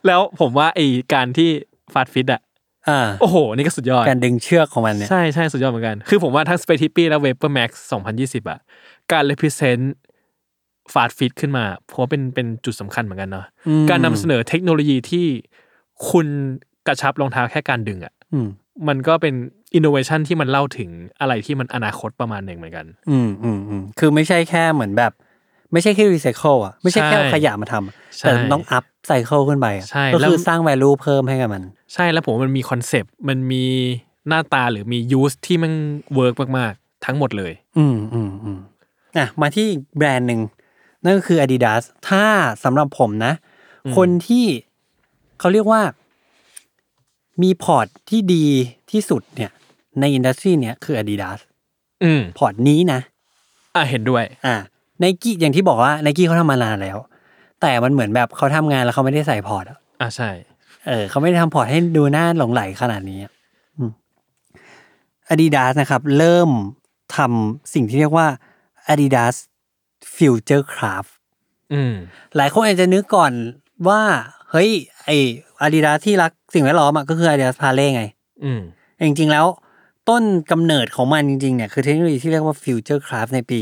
Speaker 3: แล้วผมว่าไอการที่ฟาสต์ฟิตอะ
Speaker 2: อ่า
Speaker 3: โอ้โห นี่ก็สุดยอด
Speaker 2: การดึงเชือกของมันเนี่ย
Speaker 3: ใช่ใช่สุดยอดเหมือนกัน คือผมว่าทั้ง Space Hippie และ Vapor Max 2020อะการ represent ฟาสต์ฟิตขึ้นมาผมว่าเป็นเป็นจุดสำคัญเหมือนกันเนาะ
Speaker 2: อืม
Speaker 3: การนำเสนอเทคโนโลยีที่คุณกระชับรองเท้าแค่การดึงอะ
Speaker 2: อืม
Speaker 3: มันก็เป็นอินโนเวชันที่มันเล่าถึงอะไรที่มันอนาคตประมาณหนึ่งเหมือนกัน
Speaker 2: อืมอืมอืมคือไม่ใช่แค่เหมือนแบบ ไม่ใช่แค่รีไซเคิลอ่ะ ไม่ใช่แค่เอา
Speaker 3: ใช่
Speaker 2: ขยะมาทำ
Speaker 3: ใช่
Speaker 2: แต่ต้องอัพไซเคิลขึ้นไปอะ
Speaker 3: ใช่
Speaker 2: ก็
Speaker 3: แล้ว
Speaker 2: คือสร้าง value เพิ่มให้กับมัน
Speaker 3: ใช่แล้วผมว่ามันมีคอนเซปต์มันมีหน้าตาหรือมียูสที่มันเวิร์กมาก ๆ ทั้งหมดเลย
Speaker 2: อืมอืมอืมอ่ะมาที่อีกแบรนด์หนึ่งนั่นก็คือ Adidas ถ้าสำหรับผมนะ
Speaker 3: อืม
Speaker 2: คนที่เขาเรียกว่า มีพอร์ตที่ดีที่สุดเนี่ย ในอินดัสทรีเนี่ยคือ Adidas
Speaker 3: อืม
Speaker 2: พอร์ตนี้นะ
Speaker 3: อ่ะเห็นด้วย
Speaker 2: อ่าไนกี้อย่างที่บอกว่าไนกี้เขาทำมานานแล้ว แต่มันเหมือนแบบเขาทำงานแล้วเขาไม่ได้ใส่พอร์ตอะ
Speaker 3: อ่ะใช่
Speaker 2: เออเขาไม่ได้ทำพอร์ตให้ดูหน้าหลงไหลขนาดนี้อาดิดาสนะครับ เริ่มทำสิ่งที่เรียกว่า Adidas Future Craft
Speaker 3: อืม
Speaker 2: หลายคนอาจจะนึกก่อนว่า เฮ้ย ไออาดิดาสที่รักสิ่งแวดล้อมอะก็คืออาดิดาสพาเล่ไง
Speaker 3: อืม
Speaker 2: จริงๆแล้วต้นกำเนิดของมันจริงๆเนี่ยคือเทคโนโลยีที่เรียกว่า Future Craft ในปี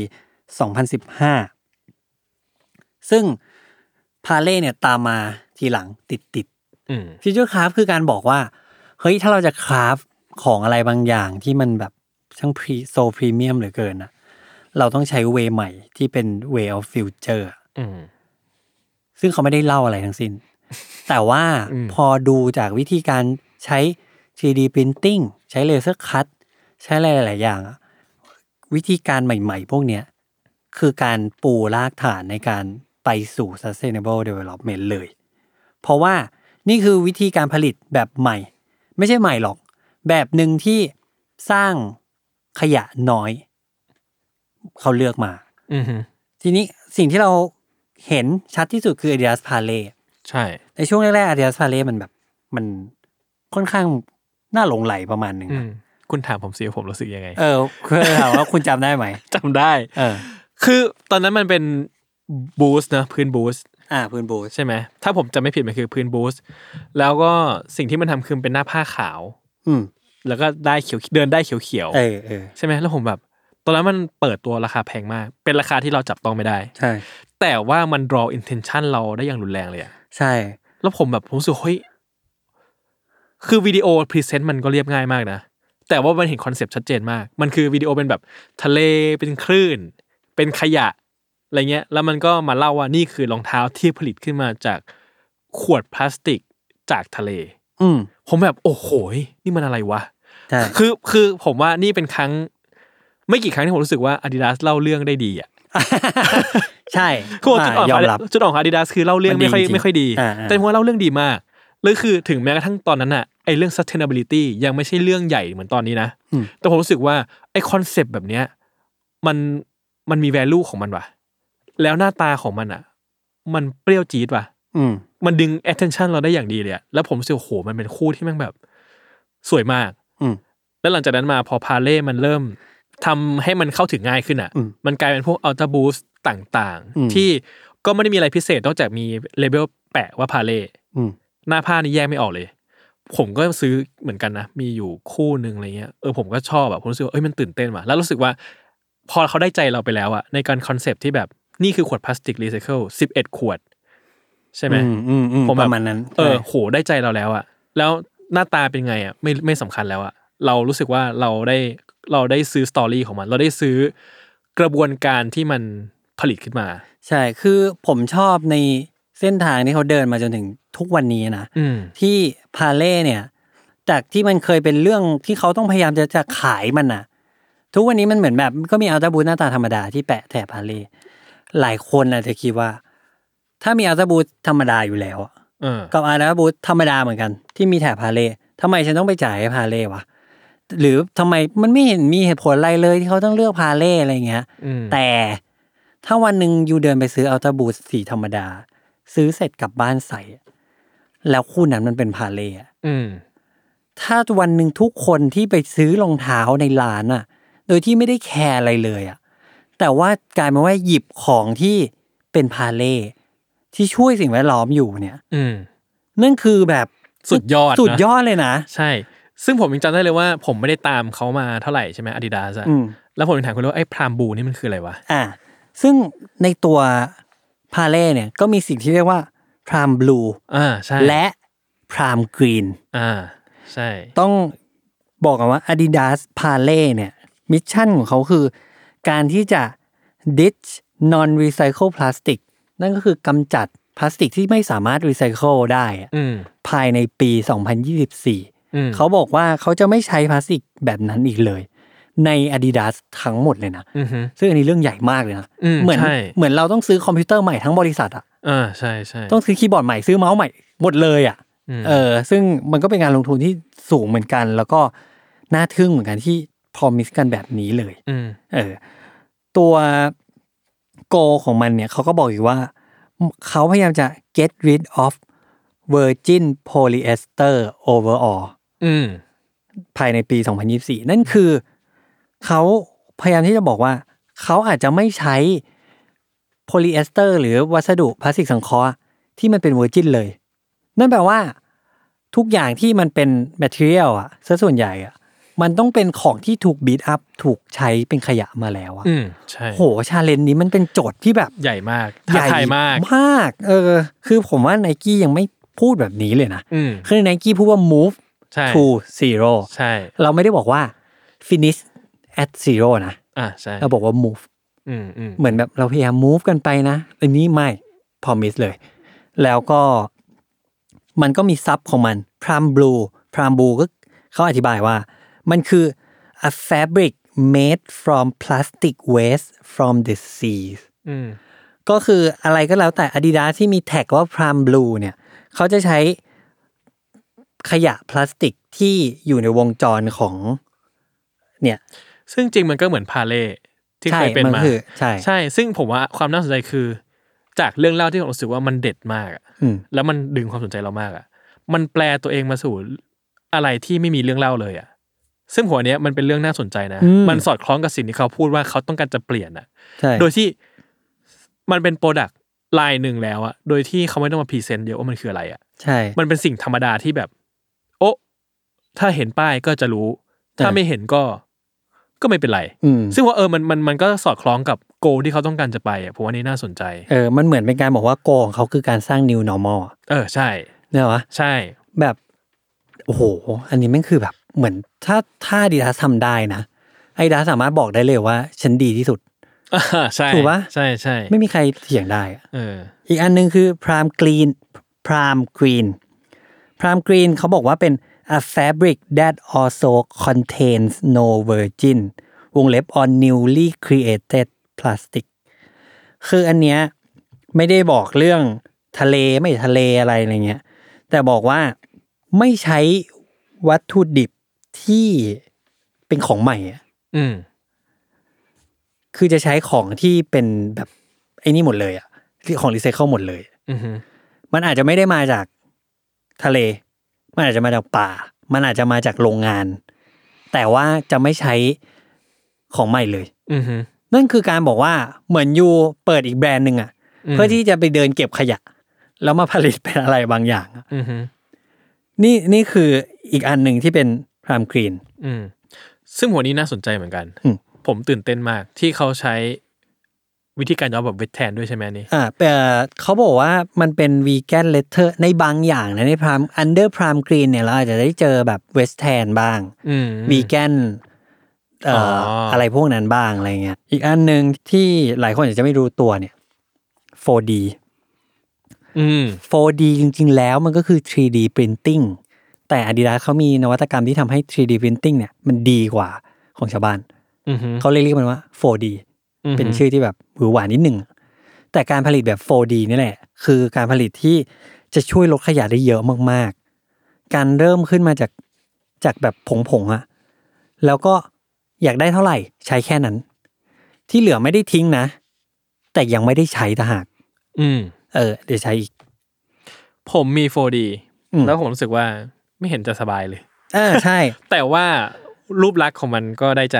Speaker 2: 2015 ซึ่ง พาเล่เนี่ยตามมาทีหลังติดติด
Speaker 3: อืม
Speaker 2: ฟิวเจอร์คราฟคือการบอกว่า เฮ้ย ถ้าเราจะคราฟของอะไรบางอย่างที่มันแบบช่างพรีโซพรีเมียมเหลือเกินนะเราต้องใช้เวใหม่ที่เป็น way of future อะ
Speaker 3: อืม
Speaker 2: ซึ่งเขาไม่ได้เล่าอะไรทั้ งสิ้น แต่ว่า
Speaker 3: อืม
Speaker 2: พอดูจากวิธีการใช้ 3D printing ใช้เลเซอร์คัตใช้อะไรหลาย ๆ อย่างอะวิธีการใหม่ ๆ พวกเนี้ยคือการปูรากฐานในการไปสู่ sustainable development เลย เพราะว่านี่คือวิธีการผลิตแบบใหม่ ไม่ใช่ใหม่หรอก แบบหนึ่งที่สร้างขยะน้อย เขาเลือกมา
Speaker 3: อืม
Speaker 2: ทีนี้สิ่งที่เราเห็นชัดที่สุดคือ Adidas p a l a i
Speaker 3: ใช่
Speaker 2: ในช่วงแรกๆอา i ิดาสพาเลมันแบบ มันค่อนข้างน่าหลงไหลประมาณหนึ่ง
Speaker 3: อื
Speaker 2: อะ
Speaker 3: ม คุณถามผมสิว่าผมรู้สึกยังไง
Speaker 2: เออคือถามว่าคุณจำได้ไหม
Speaker 3: จำได้
Speaker 2: เออ
Speaker 3: คือตอนนั้นมันเป็นบูสต์นะพื้นบูสต์
Speaker 2: อ่าพื้นบูส
Speaker 3: ใช่ไหม ถ้าผมจำไม่ผิดมันคือพื้นบูสต์แล้วก็สิ่งที่มันทำคือเป็นหน้าผ้าขาว
Speaker 2: อืม
Speaker 3: แล้วก็ได้เขียวเดินได้เขียว
Speaker 2: เออเออ
Speaker 3: ๆใช่ไหมแล้วผมแบบ ตอนนั้นมันเปิดตัวราคาแพงมาก เป็นราคาที่เราจับต้องไม่ได้
Speaker 2: ใช่
Speaker 3: แต่ว่ามัน draw intention เราได้อย่างรุนแรงเลยอะ
Speaker 2: ใช่
Speaker 3: แล้วผมแบบผมรู้สึกเฮ้ยคือวิดีโอพรีเซนต์มันก็เรียบง่ายมากนะ แต่ว่ามันเห็นคอนเซปต์ชัดเจนมาก มันคือวิดีโอเป็นแบบทะเลเป็นคลื่น เป็นขยะอะไรเงี้ย แล้วมันก็มาเล่าว่านี่คือรองเท้าที่ผลิตขึ้นมาจากขวดพลาสติกจากทะเล
Speaker 2: อืม
Speaker 3: ผมแบบโอ้โหยนี่มันอะไรวะ
Speaker 2: ใช่
Speaker 3: คือคือผมว่านี่เป็นครั้ง ไม่กี่ครั้งที่ผมรู้สึกว่า Adidas เล่าเรื่องได้ดีอ่ะ
Speaker 2: ใช่
Speaker 3: คือจุดอ่อ
Speaker 2: อ่ะ
Speaker 3: น
Speaker 2: ยอม
Speaker 3: ข
Speaker 2: รับ
Speaker 3: องจุดอ่อนของ Adidas คือเล่าเรื่อง
Speaker 2: มันดี
Speaker 3: ไม่ค่อย
Speaker 2: จริง
Speaker 3: ไม่ค่อยดี
Speaker 2: อ่าอ่า
Speaker 3: แต่ผมว่าเล่าเรื่องดีมากแล้วคือถึงแม้กระทั่งตอนนั้นอ่ะไอเรื่อง sustainability ยังไม่ใช่เรื่องใหญ่เหมือนตอนนี้นะ
Speaker 2: อืม
Speaker 3: แต่ผมรู้สึกว่าไอคอนเซปต์แบบเนี้ยมันมันมี value ของมันว่ะ แล้วหน้าตาของมันอ่ะ มันเปรี้ยวจี๊ดว่ะ
Speaker 2: อืม
Speaker 3: มันดึง attention เราได้อย่างดีเลยอะแล้วผมรู้สึกโอ้โห มันเป็นคู่ที่แม่งแบบ สวยมาก
Speaker 2: อืม
Speaker 3: แล้วหลังจากนั้นมาพอพาเล่มันเริ่มทำให้มันเข้าถึงง่ายขึ้นอ่ะ
Speaker 2: อืม
Speaker 3: มันกลายเป็นพวกอัลต a บูสต่าง
Speaker 2: อืม
Speaker 3: ๆ ที่ก็ไม่ได้มีอะไรพิเศษนอกจากมีเลเบลแปะว่าพาเล่
Speaker 2: อืม
Speaker 3: หน้าผ้านี่แยกไม่ออกเลย ผมก็ซื้อเหมือนกันนะ มีอยู่คู่หนึ่งอะไรเงี้ยเออผมก็ชอบแบบผมรู้สึกว่าเอ้ยมันตื่นเต้นว่ะแล้วรู้สึกว่า พอเขาได้ใจเราไปแล้วอะในการคอนเซปต์ที่แบบนี่คือขวดพลาสติกรีไซเคิลสิบเอ็ดขวด ใช่ไหม
Speaker 2: อืมอืมอืม
Speaker 3: ผม
Speaker 2: ป
Speaker 3: แบบ
Speaker 2: ระมาณนั้น
Speaker 3: เออ
Speaker 2: ใช่
Speaker 3: โหได้ใจเราแล้วอะแล้วหน้าตาเป็นไงอะไม่ไม่สำคัญแล้วอะเรารู้สึกว่าเราได้เราได้ซื้อสตอรี่ของมัน เราได้ซื้อกระบวนการที่มันผลิตขึ้นมา
Speaker 2: ใช่คือผมชอบในเส้นทางที่เขาเดินมาจนถึงทุกวันนี้นะ
Speaker 3: อืม
Speaker 2: ที่พาเล่เนี่ย จากที่มันเคยเป็นเรื่องที่เขาต้องพยายามจะจะขายมันน่ะ ทุกวันนี้มันเหมือนแบบก็มีอัลตาบูทหน้าตาธรรมดาที่แปะแถบพาเล่หลายคนอาจจะคิดว่า ถ้ามีอัลตาบูทธรรมดาอยู่แล้วอะ
Speaker 3: เออ
Speaker 2: กับอัลตาบูทธรรมดาเหมือนกัน ที่มีแถบพาเล่ทำไมฉันต้องไปจ่ายให้พาเล่วะหรือทำไมมันไม่เห็นมีเหตุผลอะไรเลยที่เขาต้องเลือกพาเล่อะไรอย่างเงี้ย
Speaker 3: อืม
Speaker 2: แต่ถ้าวันหนึ่งยูเดินไปซื้ออัลตาบูทสีธรรมดา ซื้อเสร็จกลับบ้านใส่ แล้วคู่นั้นมันเป็นพาเล่อะ
Speaker 3: อืม
Speaker 2: ถ้าวันหนึ่งทุกคนที่ไปซื้อรองเท้าในร้านอะโดยที่ไม่ได้แคร์อะไรเลยอะแต่ว่ากลายมาว่าหยิบของที่เป็นพาเล่ที่ช่วยสิ่งแวดล้อมอยู่เนี่ย
Speaker 3: อืม
Speaker 2: นั่นคือแบบ
Speaker 3: สุดยอดนะ
Speaker 2: สุดยอดเลยนะ
Speaker 3: ใช่ ซึ่งผมยังจำได้เลยว่า ผมไม่ได้ตามเขามาเท่าไหร่ใช่ไหมอาดิดาสอะ
Speaker 2: อืม
Speaker 3: แล้วผมยังถามคุณเลยว่าไอ้พรามบูนี่มันคืออะไรวะ
Speaker 2: อ่า ซึ่งในตัวพาเล่เนี่ยก็มีสิ่งที่เรียกว่าพรามบลู
Speaker 3: อ่าใช่
Speaker 2: และพรามกรีน
Speaker 3: อ่า ใช่
Speaker 2: ต้องบอกกันว่า Adidas p a l a y เนี่ยมิชชั่นของเขาคือ การที่จะ ditch non recycle plastic นั่นก็คือกำจัดพลาสติกที่ไม่สามารถรีไซเคิลได้อะ
Speaker 3: อืม
Speaker 2: ภายในปี 2024
Speaker 3: อืม
Speaker 2: เขาบอกว่าเขาจะไม่ใช้พลาสติกแบบนั้นอีกเลย ใน Adidas ทั้งหมดเลยนะ
Speaker 3: อือฮึ
Speaker 2: ซึ่งอันนี้เรื่องใหญ่มากเลยนะ
Speaker 3: อืม
Speaker 2: เหมือน
Speaker 3: ใช่
Speaker 2: เหมือนเราต้องซื้อคอมพิวเตอร์ใหม่ทั้งบริษัทอะ
Speaker 3: อ่าใช่ใช่
Speaker 2: ต้องซื้อคีย์บอร์ดใหม่ซื้อเมาส์ใหม่หมดเลยอะ
Speaker 3: ม
Speaker 2: เออซึ่งมันก็เป็นการลงทุนที่สูงเหมือนกัน แล้วก็น่าทึ่งเหมือนกันที่พรอมิสกันแบบนี้เลย
Speaker 3: อืม
Speaker 2: เออตัวโกของมันเนี่ยเขาก็บอกอีกว่า เขาพยายามจะ get rid of virgin polyester overall
Speaker 3: อืม
Speaker 2: ภายในปี 2024 นั่นคือเขาพยายามที่จะบอกว่า เขาอาจจะไม่ใช้โพลีเอสเตอร์หรือวัสดุพลาสติกสังเคราะห์ที่มันเป็นเวอร์จินเลย นั่นแปลว่าทุกอย่างที่มันเป็นแมทเทียลอะซะส่วนใหญ่อะ มันต้องเป็นของที่ถูกบีทอัพถูกใช้เป็นขยะมาแล้วอะ
Speaker 3: อืมใช่
Speaker 2: โหชาเลนจ์นี้มันเป็นโจทย์ที่แบบ
Speaker 3: ใหญ่มากท้าทายมาก
Speaker 2: มาก เออ คือผมว่าไนกี้ยังไม่พูดแบบนี้เลยนะ
Speaker 3: อืม
Speaker 2: คือไนกี้พูดว่า move
Speaker 3: ใช่
Speaker 2: to zero
Speaker 3: ใช่
Speaker 2: เราไม่ได้บอกว่า finish at zero นะ
Speaker 3: อ่ะใช่
Speaker 2: เราบอกว่า move
Speaker 3: อืมอืม
Speaker 2: เหมือนแบบเราพยายาม move กันไปนะ อันนี้ไม่ พอมิสเลย แล้วก็มันก็มีซับของมันพรามบลูพรามบลูก็เขาอธิบายว่า มันคือ a fabric made from plastic waste from the seas
Speaker 3: อืม
Speaker 2: ก็คืออะไรก็แล้วแต่ Adidas ที่มีแท็กว่า Prime Blue เนี่ยเขาจะใช้ขยะพลาสติกที่อยู่ในวงจรของเนี่ย
Speaker 3: ซึ่งจริงมันก็เหมือนพาเล่ที่เคยเป็น
Speaker 2: มั
Speaker 3: มา
Speaker 2: คือใช่
Speaker 3: ใช่ ซึ่งผมว่าความน่าสนใจคือ จากเรื่องเล่าที่ผมรู้สึกว่ามันเด็ดมากอะ
Speaker 2: อืม
Speaker 3: แล้วมันดึงความสนใจเรามากอะมันแปลตัวเองมาสู่อะไรที่ไม่มีเรื่องเล่าเลยอะซึ่งหัวเนี้ยมันเป็นเรื่องน่าสนใจนะ มันสอดคล้องกับสิ่งที่เขาพูดว่าเขาต้องการจะเปลี่ยนอะ
Speaker 2: ใช่
Speaker 3: โดยที่มันเป็นโปรดักต์ลายหนึ่งแล้วอะโดยที่เขาไม่ต้องมาพรีเซนต์เยอะว่ามันคืออะไรอะ
Speaker 2: ใช่
Speaker 3: มันเป็นสิ่งธรรมดาที่แบบ โอ้ถ้าเห็นป้ายก็จะรู้ ถ้าไม่เห็นก็ ก็ไม่เป็นไร
Speaker 2: อืม
Speaker 3: ซึ่งว่าเออมันมันมันก็สอดคล้องกับโกที่เขาต้องการจะไปอ่ะผมว่านี่น่าสนใจ
Speaker 2: เออมันเหมือนเป็นการบอกว่าโกของเขาคือการสร้าง new normal อะ
Speaker 3: เออใช่
Speaker 2: เนี่ยวะ
Speaker 3: ใช่
Speaker 2: แบบ โอ้โห อันนี้แม่งคือแบบ เหมือนถ้าถ้าดีดาทำได้นะไอดาสามารถบอกได้เลยว่า ฉันดีที่สุด
Speaker 3: อ่าใช่
Speaker 2: ถูกปะ
Speaker 3: ใช่ใช่
Speaker 2: ไม่มีใครเถียงได้อะ
Speaker 3: เออ
Speaker 2: อีกอันหนึ่งคือพรามกรีนพรามกรีนพรามกรีนเขาบอกว่าเป็น a fabric that also contains no virgin วงเล็บ on newly created plastic คืออันเนี้ยไม่ได้บอกเรื่องทะเลไม่ทะเลอะไรอะไรเงี้ย แต่บอกว่าไม่ใช้วัตถุดิบที่เป็นของใหม่อะ
Speaker 3: อืม
Speaker 2: คือจะใช้ของที่เป็นแบบไอ้นี่หมดเลยอะของรีไซเคิลหมดเลย
Speaker 3: อือหือ
Speaker 2: มันอาจจะไม่ได้มาจากทะเล มันอาจจะมาจากป่า มันอาจจะมาจากโรงงาน แต่ว่าจะไม่ใช้ของใหม่เลย
Speaker 3: อือหือ
Speaker 2: นั่นคือการบอกว่าเหมือนยูเปิดอีกแบรนด์หนึ่งอะ
Speaker 3: ม
Speaker 2: เพื่อที่จะไปเดินเก็บขยะ แล้วมาผลิตเป็นอะไรบางอย่างอะ
Speaker 3: อือหือ
Speaker 2: นี่นี่คืออีกอันหนึ่งที่เป็นพรามกรีน
Speaker 3: อืมซึ่งหัวนี้น่าสนใจเหมือนกัน
Speaker 2: อืม
Speaker 3: ผมตื่นเต้นมากที่เขาใช้วิธีการย้อมแบบเวทแทนด้วยใช่ไหมอันนี่
Speaker 2: อ่าแต่เขาบอกว่ามันเป็นวีแกนเลเทอร์ในบางอย่างนะในพรามอันเดอร์พรามกรีนเนี่ยเราอาจจะได้เจอแบบเวสแทนบ้าง
Speaker 3: อืม
Speaker 2: วีแกนเอ่ออ
Speaker 3: ออ
Speaker 2: อะไรพวกนั้นบ้างอะไรเงี้ย อีกอันหนึ่งที่หลายคนอาจจะไม่รู้ตัวเนี่ย 4D
Speaker 3: อืม
Speaker 2: 4D จริงๆ แล้วมันก็คือ 3D printing แต่ Adidas เขามีนวัตกรรมที่ทำให้ 3D printing เนี่ยมันดีกว่าของชาวบ้าน
Speaker 3: อือหือ
Speaker 2: เขาเลยเรียกมันว่า 4D เป็นชื่อที่แบบหวือหวานิดหนึ่ง แต่การผลิตแบบ 4D นี่แหละ คือการผลิตที่จะช่วยลดขยะได้เยอะมากๆ การเริ่มขึ้นมาจากจากแบบผงๆอะแล้วก็อยากได้เท่าไหร่ใช้แค่นั้น ที่เหลือไม่ได้ทิ้งนะ แต่ยังไม่ได้ใช้ต่างหาก
Speaker 3: อืม
Speaker 2: เออ เดี๋ยวใช้อีก
Speaker 3: ผมมี 4D
Speaker 2: อืม
Speaker 3: แล้วผมรู้สึกว่าไม่เห็นจะสบายเลย
Speaker 2: เอ อใช่
Speaker 3: แต่ว่ารูปลักษณ์ของมันก็ได้ใจ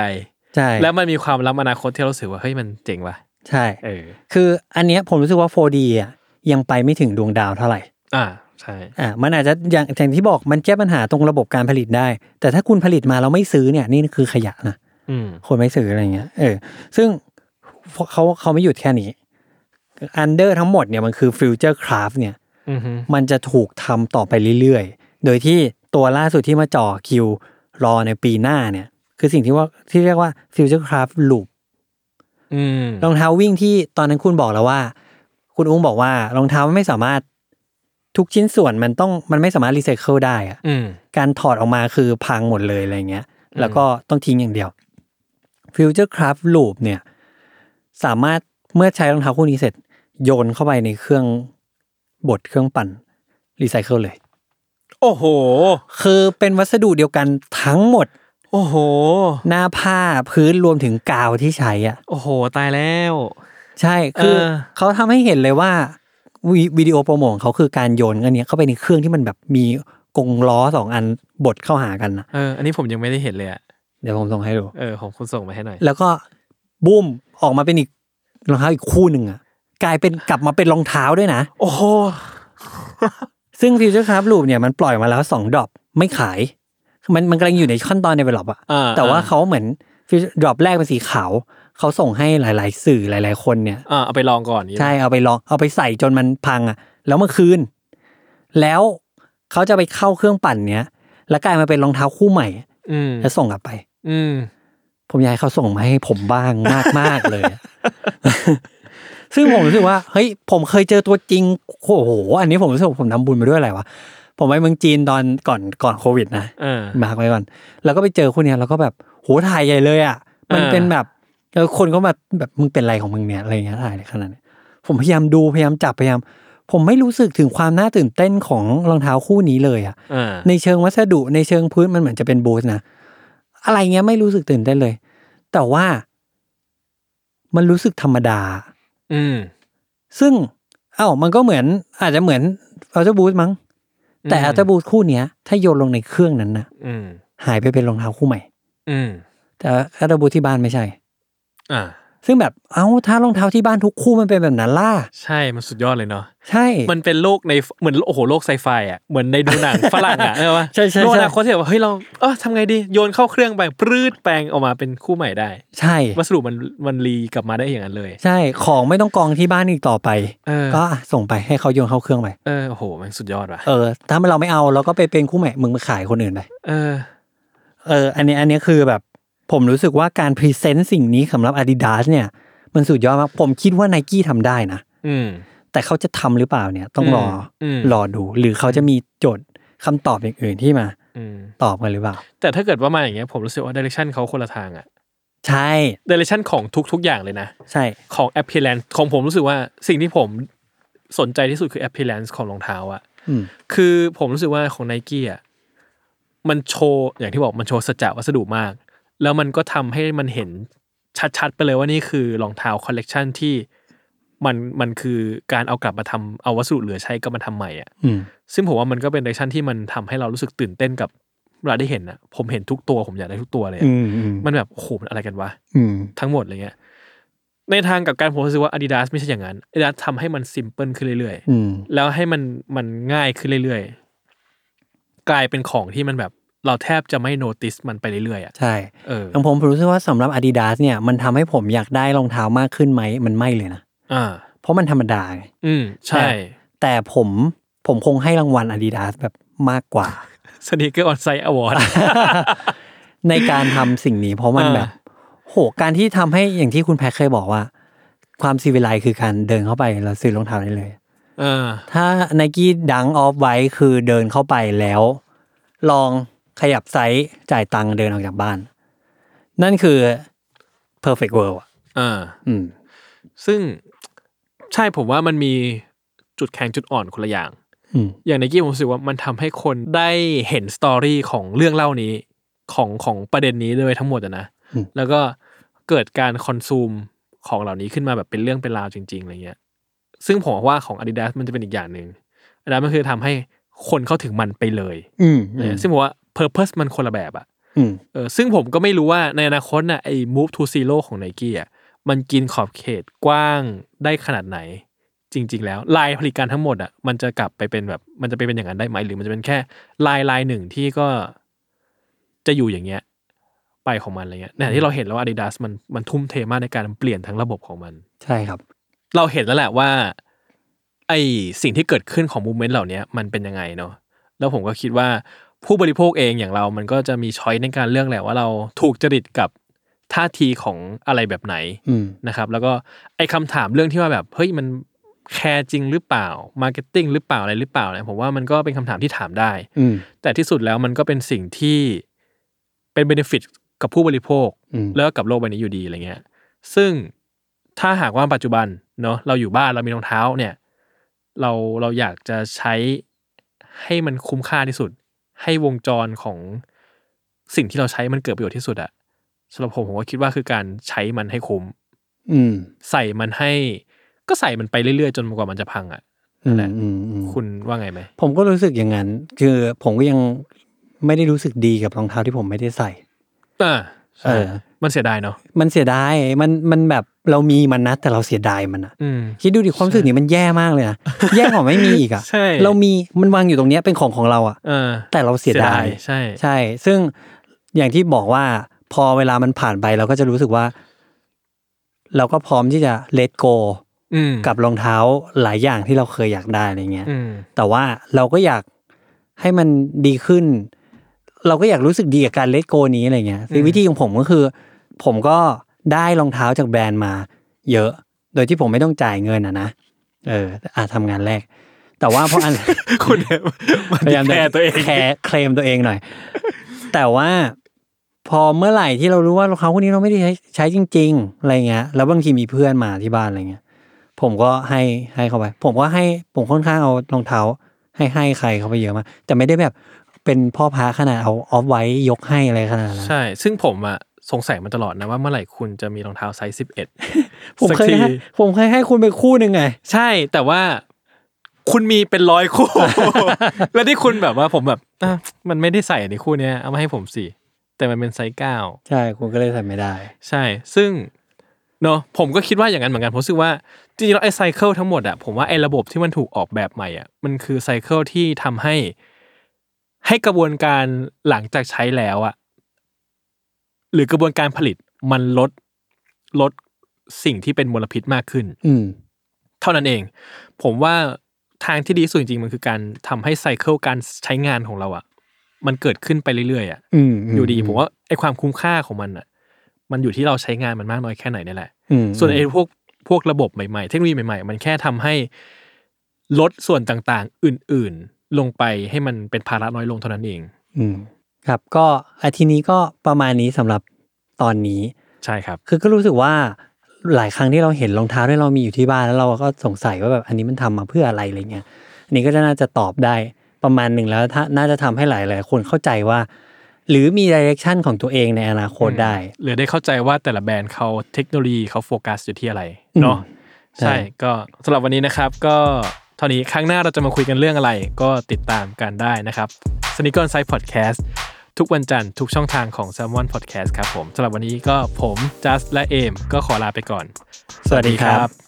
Speaker 2: ใช่
Speaker 3: แล้วมันมีความล้ำอนาคตที่เรารู้สึกว่าเฮ้ยมันเจ๋งว่ะ
Speaker 2: ใช่
Speaker 3: เออ
Speaker 2: คืออันเนี้ยผมรู้สึกว่า 4D อะยังไปไม่ถึงดวงดาวเท่าไหร่
Speaker 3: อ่า ใช่
Speaker 2: อ่ามันอาจจะอย่างอย่างที่บอกมันแก้ปัญหาตรงระบบการผลิตได้ แต่ถ้าคุณผลิตมาแล้วไม่ซื้อเนี่ย นี่คือขยะนะ
Speaker 3: อืม
Speaker 2: คนไม่ซื้ออะไรเงี้ยเออซึ่งเขาเขาไม่หยุดแค่นี้อันเดอร์ทั้งหมดเนี่ยมันคือฟิวเจอร์คราฟเนี่ย
Speaker 3: อือหือ
Speaker 2: มันจะถูกทำต่อไปเรื่อยๆ โดยที่ตัวล่าสุดที่มาจ่อคิวรอในปีหน้าเนี่ย คือสิ่งที่ว่าที่เรียกว่าฟิวเจอร์คราฟลูป
Speaker 3: อืม
Speaker 2: รองเท้าวิ่งที่ตอนนั้นคุณบอกแล้วว่า คุณอุ้งบอกว่ารองเท้าไม่สามารถทุกชิ้นส่วนมันต้องมันไม่สามารถรีไซเคิลได้อะ
Speaker 3: อืม
Speaker 2: การถอดออกมาคือพังหมดเลยอะไรเงี้ย
Speaker 3: อืม
Speaker 2: แล้วก็ต้องทิ้งอย่างเดียว Future Craft Loop เนี่ย สามารถเมื่อใช้รองเท้าคู่นี้เสร็จ โยนเข้าไปในเครื่องบดเครื่องปั่นรีไซเคิลเลย
Speaker 3: โอ้โห
Speaker 2: คือเป็นวัสดุเดียวกันทั้งหมด
Speaker 3: โอ้โห
Speaker 2: หน้าผ้าพื้นรวมถึงกาวที่ใช้อ่ะ
Speaker 3: โอ้โห ตายแล้ว
Speaker 2: ใช่ คือ
Speaker 3: เออ
Speaker 2: เขาทำให้เห็นเลยว่าวิวิดีโอโปรโมทของเขาคือการโยนอันเนี้ยเข้าไปในเครื่องที่มันแบบมีกงล้อสองอันบดเข้าหากันนะ
Speaker 3: เออ อันนี้ผมยังไม่ได้เห็นเลยอะ
Speaker 2: เดี๋ยวผมส่งให้ดู
Speaker 3: เออ ของคุณส่งมาให้หน่อย
Speaker 2: แล้วก็บูมออกมาเป็นอีกรองเท้าอีกคู่หนึ่งอ่ะกลายเป็นกลับมาเป็นรองเท้าด้วยนะ
Speaker 3: โอ้โห
Speaker 2: ซึ่งฟิวเจอร์คราฟลูปเนี่ยมันปล่อยมาแล้ว 2ดรอปไม่ขาย คือมันมันกำลังอยู่ในขั้นตอนในเวลอปอะ
Speaker 3: อ่า
Speaker 2: แต่ว่า
Speaker 3: อ่า
Speaker 2: เขาเหมือนดรอปแรกเป็นสีขาวเขาส่งให้หลาย ๆ สื่อหลาย ๆ คนเนี่ย
Speaker 3: อ่าเอาไปลองก่อนนี้
Speaker 2: ใช่เอาไปลองเอาไปใส่จนมันพังอ่ะ แล้วเมื่อคืน แล้วเขาจะไปเข้าเครื่องปั่นเนี้ยแล้วกลายมาเป็นรองเท้าคู่ใหม่
Speaker 3: อืม
Speaker 2: แล้วส่งกลับไป
Speaker 3: อืม
Speaker 2: ผมอยากให้เขาส่งมาให้ผมบ้างมากมากๆเลยอะ ซึ่งผมรู้สึกว่า เฮ้ย ผมเคยเจอตัวจริง โอ้โห อันนี้ผมรู้สึกว่าผมทำบุญมาด้วยอะไรวะ ผมไปเมืองจีนตอนก่อนก่อนโควิดนะ
Speaker 3: เออ
Speaker 2: มาร์กไว้ก่อน แล้วก็ไปเจอคนเนี้ยแล้วก็แบบโหถ่ายใหญ่เลยอ่ะ มัน
Speaker 3: อ่า
Speaker 2: เป็นแบบเออคนก็มาแบบมึงเป็นอะไรของมึงเนี่ยอะไรอย่างเงี้ยถ่ายในขนาดเนี้ยผมพยายามดูพยายามจับพยายาม ผมไม่รู้สึกถึงความน่าตื่นเต้นของรองเท้าคู่นี้เลยอ่ะ
Speaker 3: เออ
Speaker 2: ในเชิงวัสดุในเชิงพื้นมันเหมือนจะเป็นบูทนะ อะไรเงี้ยไม่รู้สึกตื่นเต้นเลย แต่ว่ามันรู้สึกธรรมดา
Speaker 3: อืม
Speaker 2: ซึ่ง เอ้ามันก็เหมือน อาจจะเหมือนอัลเทอร์บูทมั้ง แต่
Speaker 3: อืม
Speaker 2: อัลเทอร์บูทคู่เนี้ยถ้าโยนลงในเครื่องนั้นนะ
Speaker 3: อืม
Speaker 2: หายไปเป็นรองเท้าคู่ใหม่
Speaker 3: อืม
Speaker 2: แต่อัลเทอร์บูทที่บ้านไม่ใช่
Speaker 3: อ่า
Speaker 2: ซึ่งแบบเอ้าถ้ารองเท้าที่บ้านทุกคู่มันเป็นแบบนั้นล่ะ
Speaker 3: ใช่มันสุดยอดเลยเนาะ
Speaker 2: ใช่
Speaker 3: มันเป็นโลกในเหมือนโอ้โหโลกไซไฟอ่ะเหมือนในดู หนัง ฝรั่งอ่ะใช่ไหม
Speaker 2: ใช่ใช่ใช่
Speaker 3: โลกอนาคตที่แบบว่าเฮ้ยเราเออทำไงดีโยนเข้าเครื่องไปปรืดแปลงออกมาเป็นคู่ใหม่ได้
Speaker 2: ใช่
Speaker 3: วัสดุมันมันรีกลับมาได้อย่างนั้นเลย
Speaker 2: ใช่ของไม่ต้องกองที่บ้านอีกต่อไป
Speaker 3: เออ
Speaker 2: ก็อ่ะส่งไปให้เขาโยนเข้าเครื่องไป
Speaker 3: เออโอ้โหมันสุดยอดว่ะ
Speaker 2: เออถ้าเราไม่เอาเราก็ไปเป็นคู่ใหม่มึงมาขายคนอื่นไป
Speaker 3: เออ
Speaker 2: เอออันนี้อันนี้คือแบบผมรู้สึกว่าการพรีเซนต์สิ่งนี้สำหรับ Adidas เนี่ย มันสุดยอดมาก ผมคิดว่า n นกี้ทำได้นะ
Speaker 3: อืม
Speaker 2: แต่เขาจะทำหรือเปล่าเนี่ยต้องรออ
Speaker 3: ม
Speaker 2: รอดู หรือเขาจะมีโจทย์คำตอบอย่างอื่นที่มา
Speaker 3: อืม
Speaker 2: ตอบกันหรือเปล่า
Speaker 3: แต่ถ้าเกิดว่ามาอย่างเงี้ยผมรู้สึกว่าดิเรกชันเขาคนละทางอ่ะ
Speaker 2: ใช่
Speaker 3: ดิเรกชันของทุก ๆ อย่างเลยนะ
Speaker 2: ใช่
Speaker 3: ของ appearance ของผมรู้สึกว่าสิ่งที่ผมสนใจที่สุดคือ appearance ของรองเท้าอะ
Speaker 2: อืม
Speaker 3: คือผมรู้สึกว่าของ n i กี้อะมันโชว์อย่างที่บอกมันโชว์สัจจะวัสดุมาก แล้วมันก็ทำให้มันเห็นชัดๆ ไปเลยว่านี่คือรองเท้าคอลเลกชันที่มันมันคือการเอากลับมาทำเอาวัสดุเหลือใช้กลับมาทำใหม่อะ
Speaker 2: อืม
Speaker 3: ซึ่งผมว่ามันก็เป็นเดเรกชันที่มันทำให้เรารู้สึกตื่นเต้นกับเวลาได้เห็นอะผมเห็นทุกตัวผมอยากได้ทุกตัวเลยอะ
Speaker 2: อืมอืม
Speaker 3: มันแบบโอ้โหมันอะไรกันวะ
Speaker 2: อืม
Speaker 3: ทั้งหมดอะไรเงี้ย ในทางกลับการผมรู้สึกว่า Adidas ไม่ใช่อย่างนั้น Adidas ทำให้มันซิมเพิลขึ้นเรื่อย
Speaker 2: อืม
Speaker 3: ๆ แล้วให้มันมันง่ายขึ้นเรื่อยๆ กลายเป็นของที่มันแบบเราแทบจะไม่โนติสมันไปเรื่อยๆอ่ะ
Speaker 2: ใช่
Speaker 3: เออ
Speaker 2: ของผมผมรู้สึกว่าสำหรับ Adidas เนี่ยมันทำให้ผมอยากได้รองเท้ามากขึ้นไหมมันไม่เลยนะ
Speaker 3: อ่า
Speaker 2: เพราะมันธรรมดาไง
Speaker 3: อืม ใช่
Speaker 2: แต่ผมผมคงให้รางวัล Adidas แบบมากกว่า
Speaker 3: สนิเกอร์ออนไซต์อวอร์ด
Speaker 2: ในการทำสิ่งนี้ เพราะมัน
Speaker 3: อ่า
Speaker 2: แบบ โหการที่ทำให้อย่างที่คุณแพคเคยบอกว่า ความซีวิไลคือการเดินเข้าไปแล้วซื้อรองเท้าได้เลย
Speaker 3: เออ
Speaker 2: ถ้า n นกี้ดังออฟไว้คือเดินเข้าไปแล้ว ลองขยับไซส์จ่ายตังค์เดินออกจากบ้าน นั่นคือ perfect world อะ
Speaker 3: เออ
Speaker 2: อืม
Speaker 3: ซึ่งใช่ผมว่ามันมีจุดแข็งจุดอ่อนคนละอย่าง
Speaker 2: อืม
Speaker 3: อย่างในกี้ผมรู้สึกว่ามันทำให้คนได้เห็นสตอรี่ของเรื่องเล่านี้ของของประเด็นนี้เลยทั้งหมดอะนะ
Speaker 2: อืม
Speaker 3: แล้วก็เกิดการคอนซูมของเหล่านี้ขึ้นมาแบบเป็นเรื่องเป็นราวจริง ๆอะไรเงี้ย ซึ่งผมว่าของ Adidas มันจะเป็นอีกอย่างหนึ่ง Adidas มันคือทำให้คนเข้าถึงมันไปเลย
Speaker 2: อืม
Speaker 3: เออซึ่งผมว่า Purpose มันคนละแบบอะ
Speaker 2: อืม
Speaker 3: เออซึ่งผมก็ไม่รู้ว่าในอนาคตน่ะไอ้ Move to Zero ของ n i กี้อะมันกินขอบเขตกว้างได้ขนาดไหน จริง ๆ แล้วลายผลิตการทั้งหมดอ่ะมันจะกลับไปเป็นแบบ มันจะไปเป็นอย่างนั้นได้ไหมหรือมันจะเป็นแค่ลายลายหนึ่งที่ก็จะอยู่อย่างเงี้ย ไปของมันอะไรเงี้ยในขณะที่เราเห็นแล้วว่า Adidas มันมันทุ่มเทมากในการเปลี่ยนทั้งระบบของมัน
Speaker 2: ใช่ครับ
Speaker 3: เราเห็นแล้วแหละว่า ไอสิ่งที่เกิดขึ้นของมูเมนต์เหล่าเนี้ยมันเป็นยังไงเนาะแล้วผมก็คิดว่าผู้บริโภคเองอย่างเรา มันก็จะมีช้อยในการเลือกแหละว่าเราถูกจริตกับท่าทีของอะไรแบบไหน
Speaker 2: อืม
Speaker 3: นะครับแล้วก็ไอ้คำถามเรื่องที่ว่าแบบเฮ้ยมันแคร์จริงหรือเปล่ามาร์เก็ตติ้งหรือเปล่าอะไรหรือเปล่าเนี่ยผมว่ามันก็เป็นคำถามที่ถามได้
Speaker 2: อืม
Speaker 3: แต่ที่สุดแล้วมันก็เป็นสิ่งที่เป็นเบนฟิตกับผู้บริโภค
Speaker 2: อืม
Speaker 3: แล้วก็กับโลกใบนี้อยู่ดีอะไรเงี้ย ซึ่งถ้าหากว่าปัจจุบันเนาะเราอยู่บ้านเรามีรองเท้าเนี่ย เราเราอยากจะใช้ให้มันคุ้มค่าที่สุด ให้วงจรของสิ่งที่เราใช้มันเกิดประโยชน์ที่สุดอะสำหรับผมผมก็คิดว่าคือการใช้มันให้คุ้ม
Speaker 2: อืม
Speaker 3: ใส่มันให้ก็ใส่มันไปเรื่อยๆ จนกว่ามันจะพังอ่ะ นั่
Speaker 2: อื
Speaker 3: น
Speaker 2: ม
Speaker 3: แหละ
Speaker 2: อืมอืม
Speaker 3: คุณว่าไงไหม
Speaker 2: ผมก็รู้สึกอย่างนั้น คือผมก็ยังไม่ได้รู้สึกดีกับรองเท้าที่ผมไม่ได้ใส่
Speaker 3: อ่าใช่
Speaker 2: เออ
Speaker 3: มันเสียดายเนาะ
Speaker 2: มันเสียดายมันมันแบบเรามีมันนะแต่เราเสียดายมันอะ
Speaker 3: อืม
Speaker 2: คิดดูดิความรู้สึกนี้มันแย่มากเลยนะ แย่กว่าไม่มีอีกอะ
Speaker 3: ใช่
Speaker 2: เรามีมันวางอยู่ตรงเนี้ยเป็นของของเราอะ
Speaker 3: เออ
Speaker 2: แต่เราเสียดาย
Speaker 3: ใช่
Speaker 2: ใช่ ซึ่งอย่างที่บอกว่าพอเวลามันผ่านไปเราก็จะรู้สึกว่า เราก็พร้อมที่จะเลทโก
Speaker 3: อืม
Speaker 2: กับรองเท้าหลายอย่างที่เราเคยอยากได้อะไรเงี้ย
Speaker 3: อืม
Speaker 2: แต่ว่าเราก็อยากให้มันดีขึ้น เราก็อยากรู้สึกดีกับการเลทโกนี้อะไรเงี้ยซึ่ง
Speaker 3: อืม
Speaker 2: วิธีของผมก็คือ ผมก็ได้รองเท้าจากแบรนด์มา เยอะ โดยที่ผมไม่ต้องจ่ายเงินอ่ะนะเอออ่ะทำงานแรก แต่ว่าพออัน
Speaker 3: คุณเนี่ยมัน
Speaker 2: พยายาม
Speaker 3: แคร์ตัวเอง
Speaker 2: แคร์เคลมตัวเองหน่อย แต่ว่าพอเมื่อไหร่ที่เรารู้ว่ารองเท้าคู่นี้เราไม่ได้ใช้ใช้จริง ๆ อะไรเงี้ย แล้วบางทีมีเพื่อนมาที่บ้านอะไรเงี้ย ผมก็ให้ให้เขาไป ผมก็ให้ผมค่อนข้างเอารองเท้า ให้ให้ใครเขาไปเยอะมากแต่ไม่ได้แบบเป็นพ่อพาขนาดเอาออฟไว้ยกให้อะไรขนาดนั้น
Speaker 3: ใช่ ซึ่งผมอะสงสัยมาตลอดนะว่าเมื่อไหร่คุณจะมีรองเท้าไซส์สิบเอ็ด
Speaker 2: ผมเคยให้ผมเคยให้คุณไปคู่หนึ่งไง
Speaker 3: ใช่ แต่ว่าคุณมีเป็นร้อยคู่ แล้วที่คุณแบบว่าผมแบบอ่ะมันไม่ได้ใส่ในคู่เนี้ยเอามาให้ผมสิ แต่มันเป็นไซส์เก้า
Speaker 2: ใช่คุณก็เลยใส่ไม่ได้
Speaker 3: ใช่ ซึ่งเนอะผมก็คิดว่าอย่างนั้นเหมือนกัน ผมรู้สึกว่าจริงๆแล้วไอ้ไซเคิลทั้งหมดอะผมว่าไอ้ระบบที่มันถูกออกแบบใหม่อะมันคือไซเคิลที่ทำให้ ให้กระบวนการหลังจากใช้แล้วอะหรือกระบวนการผลิตมันลดลดสิ่งที่เป็นมลพิษมากขึ้น
Speaker 2: อืม
Speaker 3: เท่านั้นเอง ผมว่าทางที่ดีที่สุดจริงๆมันคือการทำให้ไซเคิลการใช้งานของเราอะมันเกิดขึ้นไปเรื่อยๆอะ
Speaker 2: อืม
Speaker 3: อยู่ดีผมว่าไอความคุ้มค่าของมันอ่ะ มันอยู่ที่เราใช้งานมันมากน้อยแค่ไหนนี่แหละ
Speaker 2: อืม
Speaker 3: ส่วนไอพวกพวกระบบใหม่ๆ เทคโนโลยีใหม่ๆ มันแค่ทำให้ลดส่วนต่างๆ อื่นๆ ลงไปให้มันเป็นภาระน้อยลงเท่านั้นเอง
Speaker 2: อืมครับ ก็อาทิตย์นี้ก็ประมาณนี้สำหรับตอนนี้
Speaker 3: ใช่ครับ
Speaker 2: คือก็รู้สึกว่าหลายครั้งที่เราเห็นรองเท้าที่เรามีอยู่ที่บ้านแล้วเราก็สงสัยว่าแบบอันนี้มันทำมาเพื่ออะไรอะไรเงี้ยอันนี้ก็จะน่าจะตอบได้ประมาณหนึ่งแล้วถ้าน่าจะทำให้หลายหลายๆคนเข้าใจว่า หรือมีดิเรกชันของตัวเองในอนาคตได้
Speaker 3: หรือได้เข้าใจว่าแต่ละแบรนด์เขาเทคโนโลยีเขาโฟกัสอยู่ที่อะไรเนาะ
Speaker 2: ใช่
Speaker 3: ใช่ก็สำหรับวันนี้นะครับ ก็เท่านี้ครั้งหน้าเราจะมาคุยกันเรื่องอะไร ก็ติดตามกันได้นะครับสนิกอนไซด์พอดแคสต์ทุกวันจันทร์ทุกช่องทางของ s ซ l m o n Podcast ครับผมสำหรับวันนี้ก็ผมจัสและเอมก็ขอลาไปก่อน
Speaker 2: สวัสดีครับ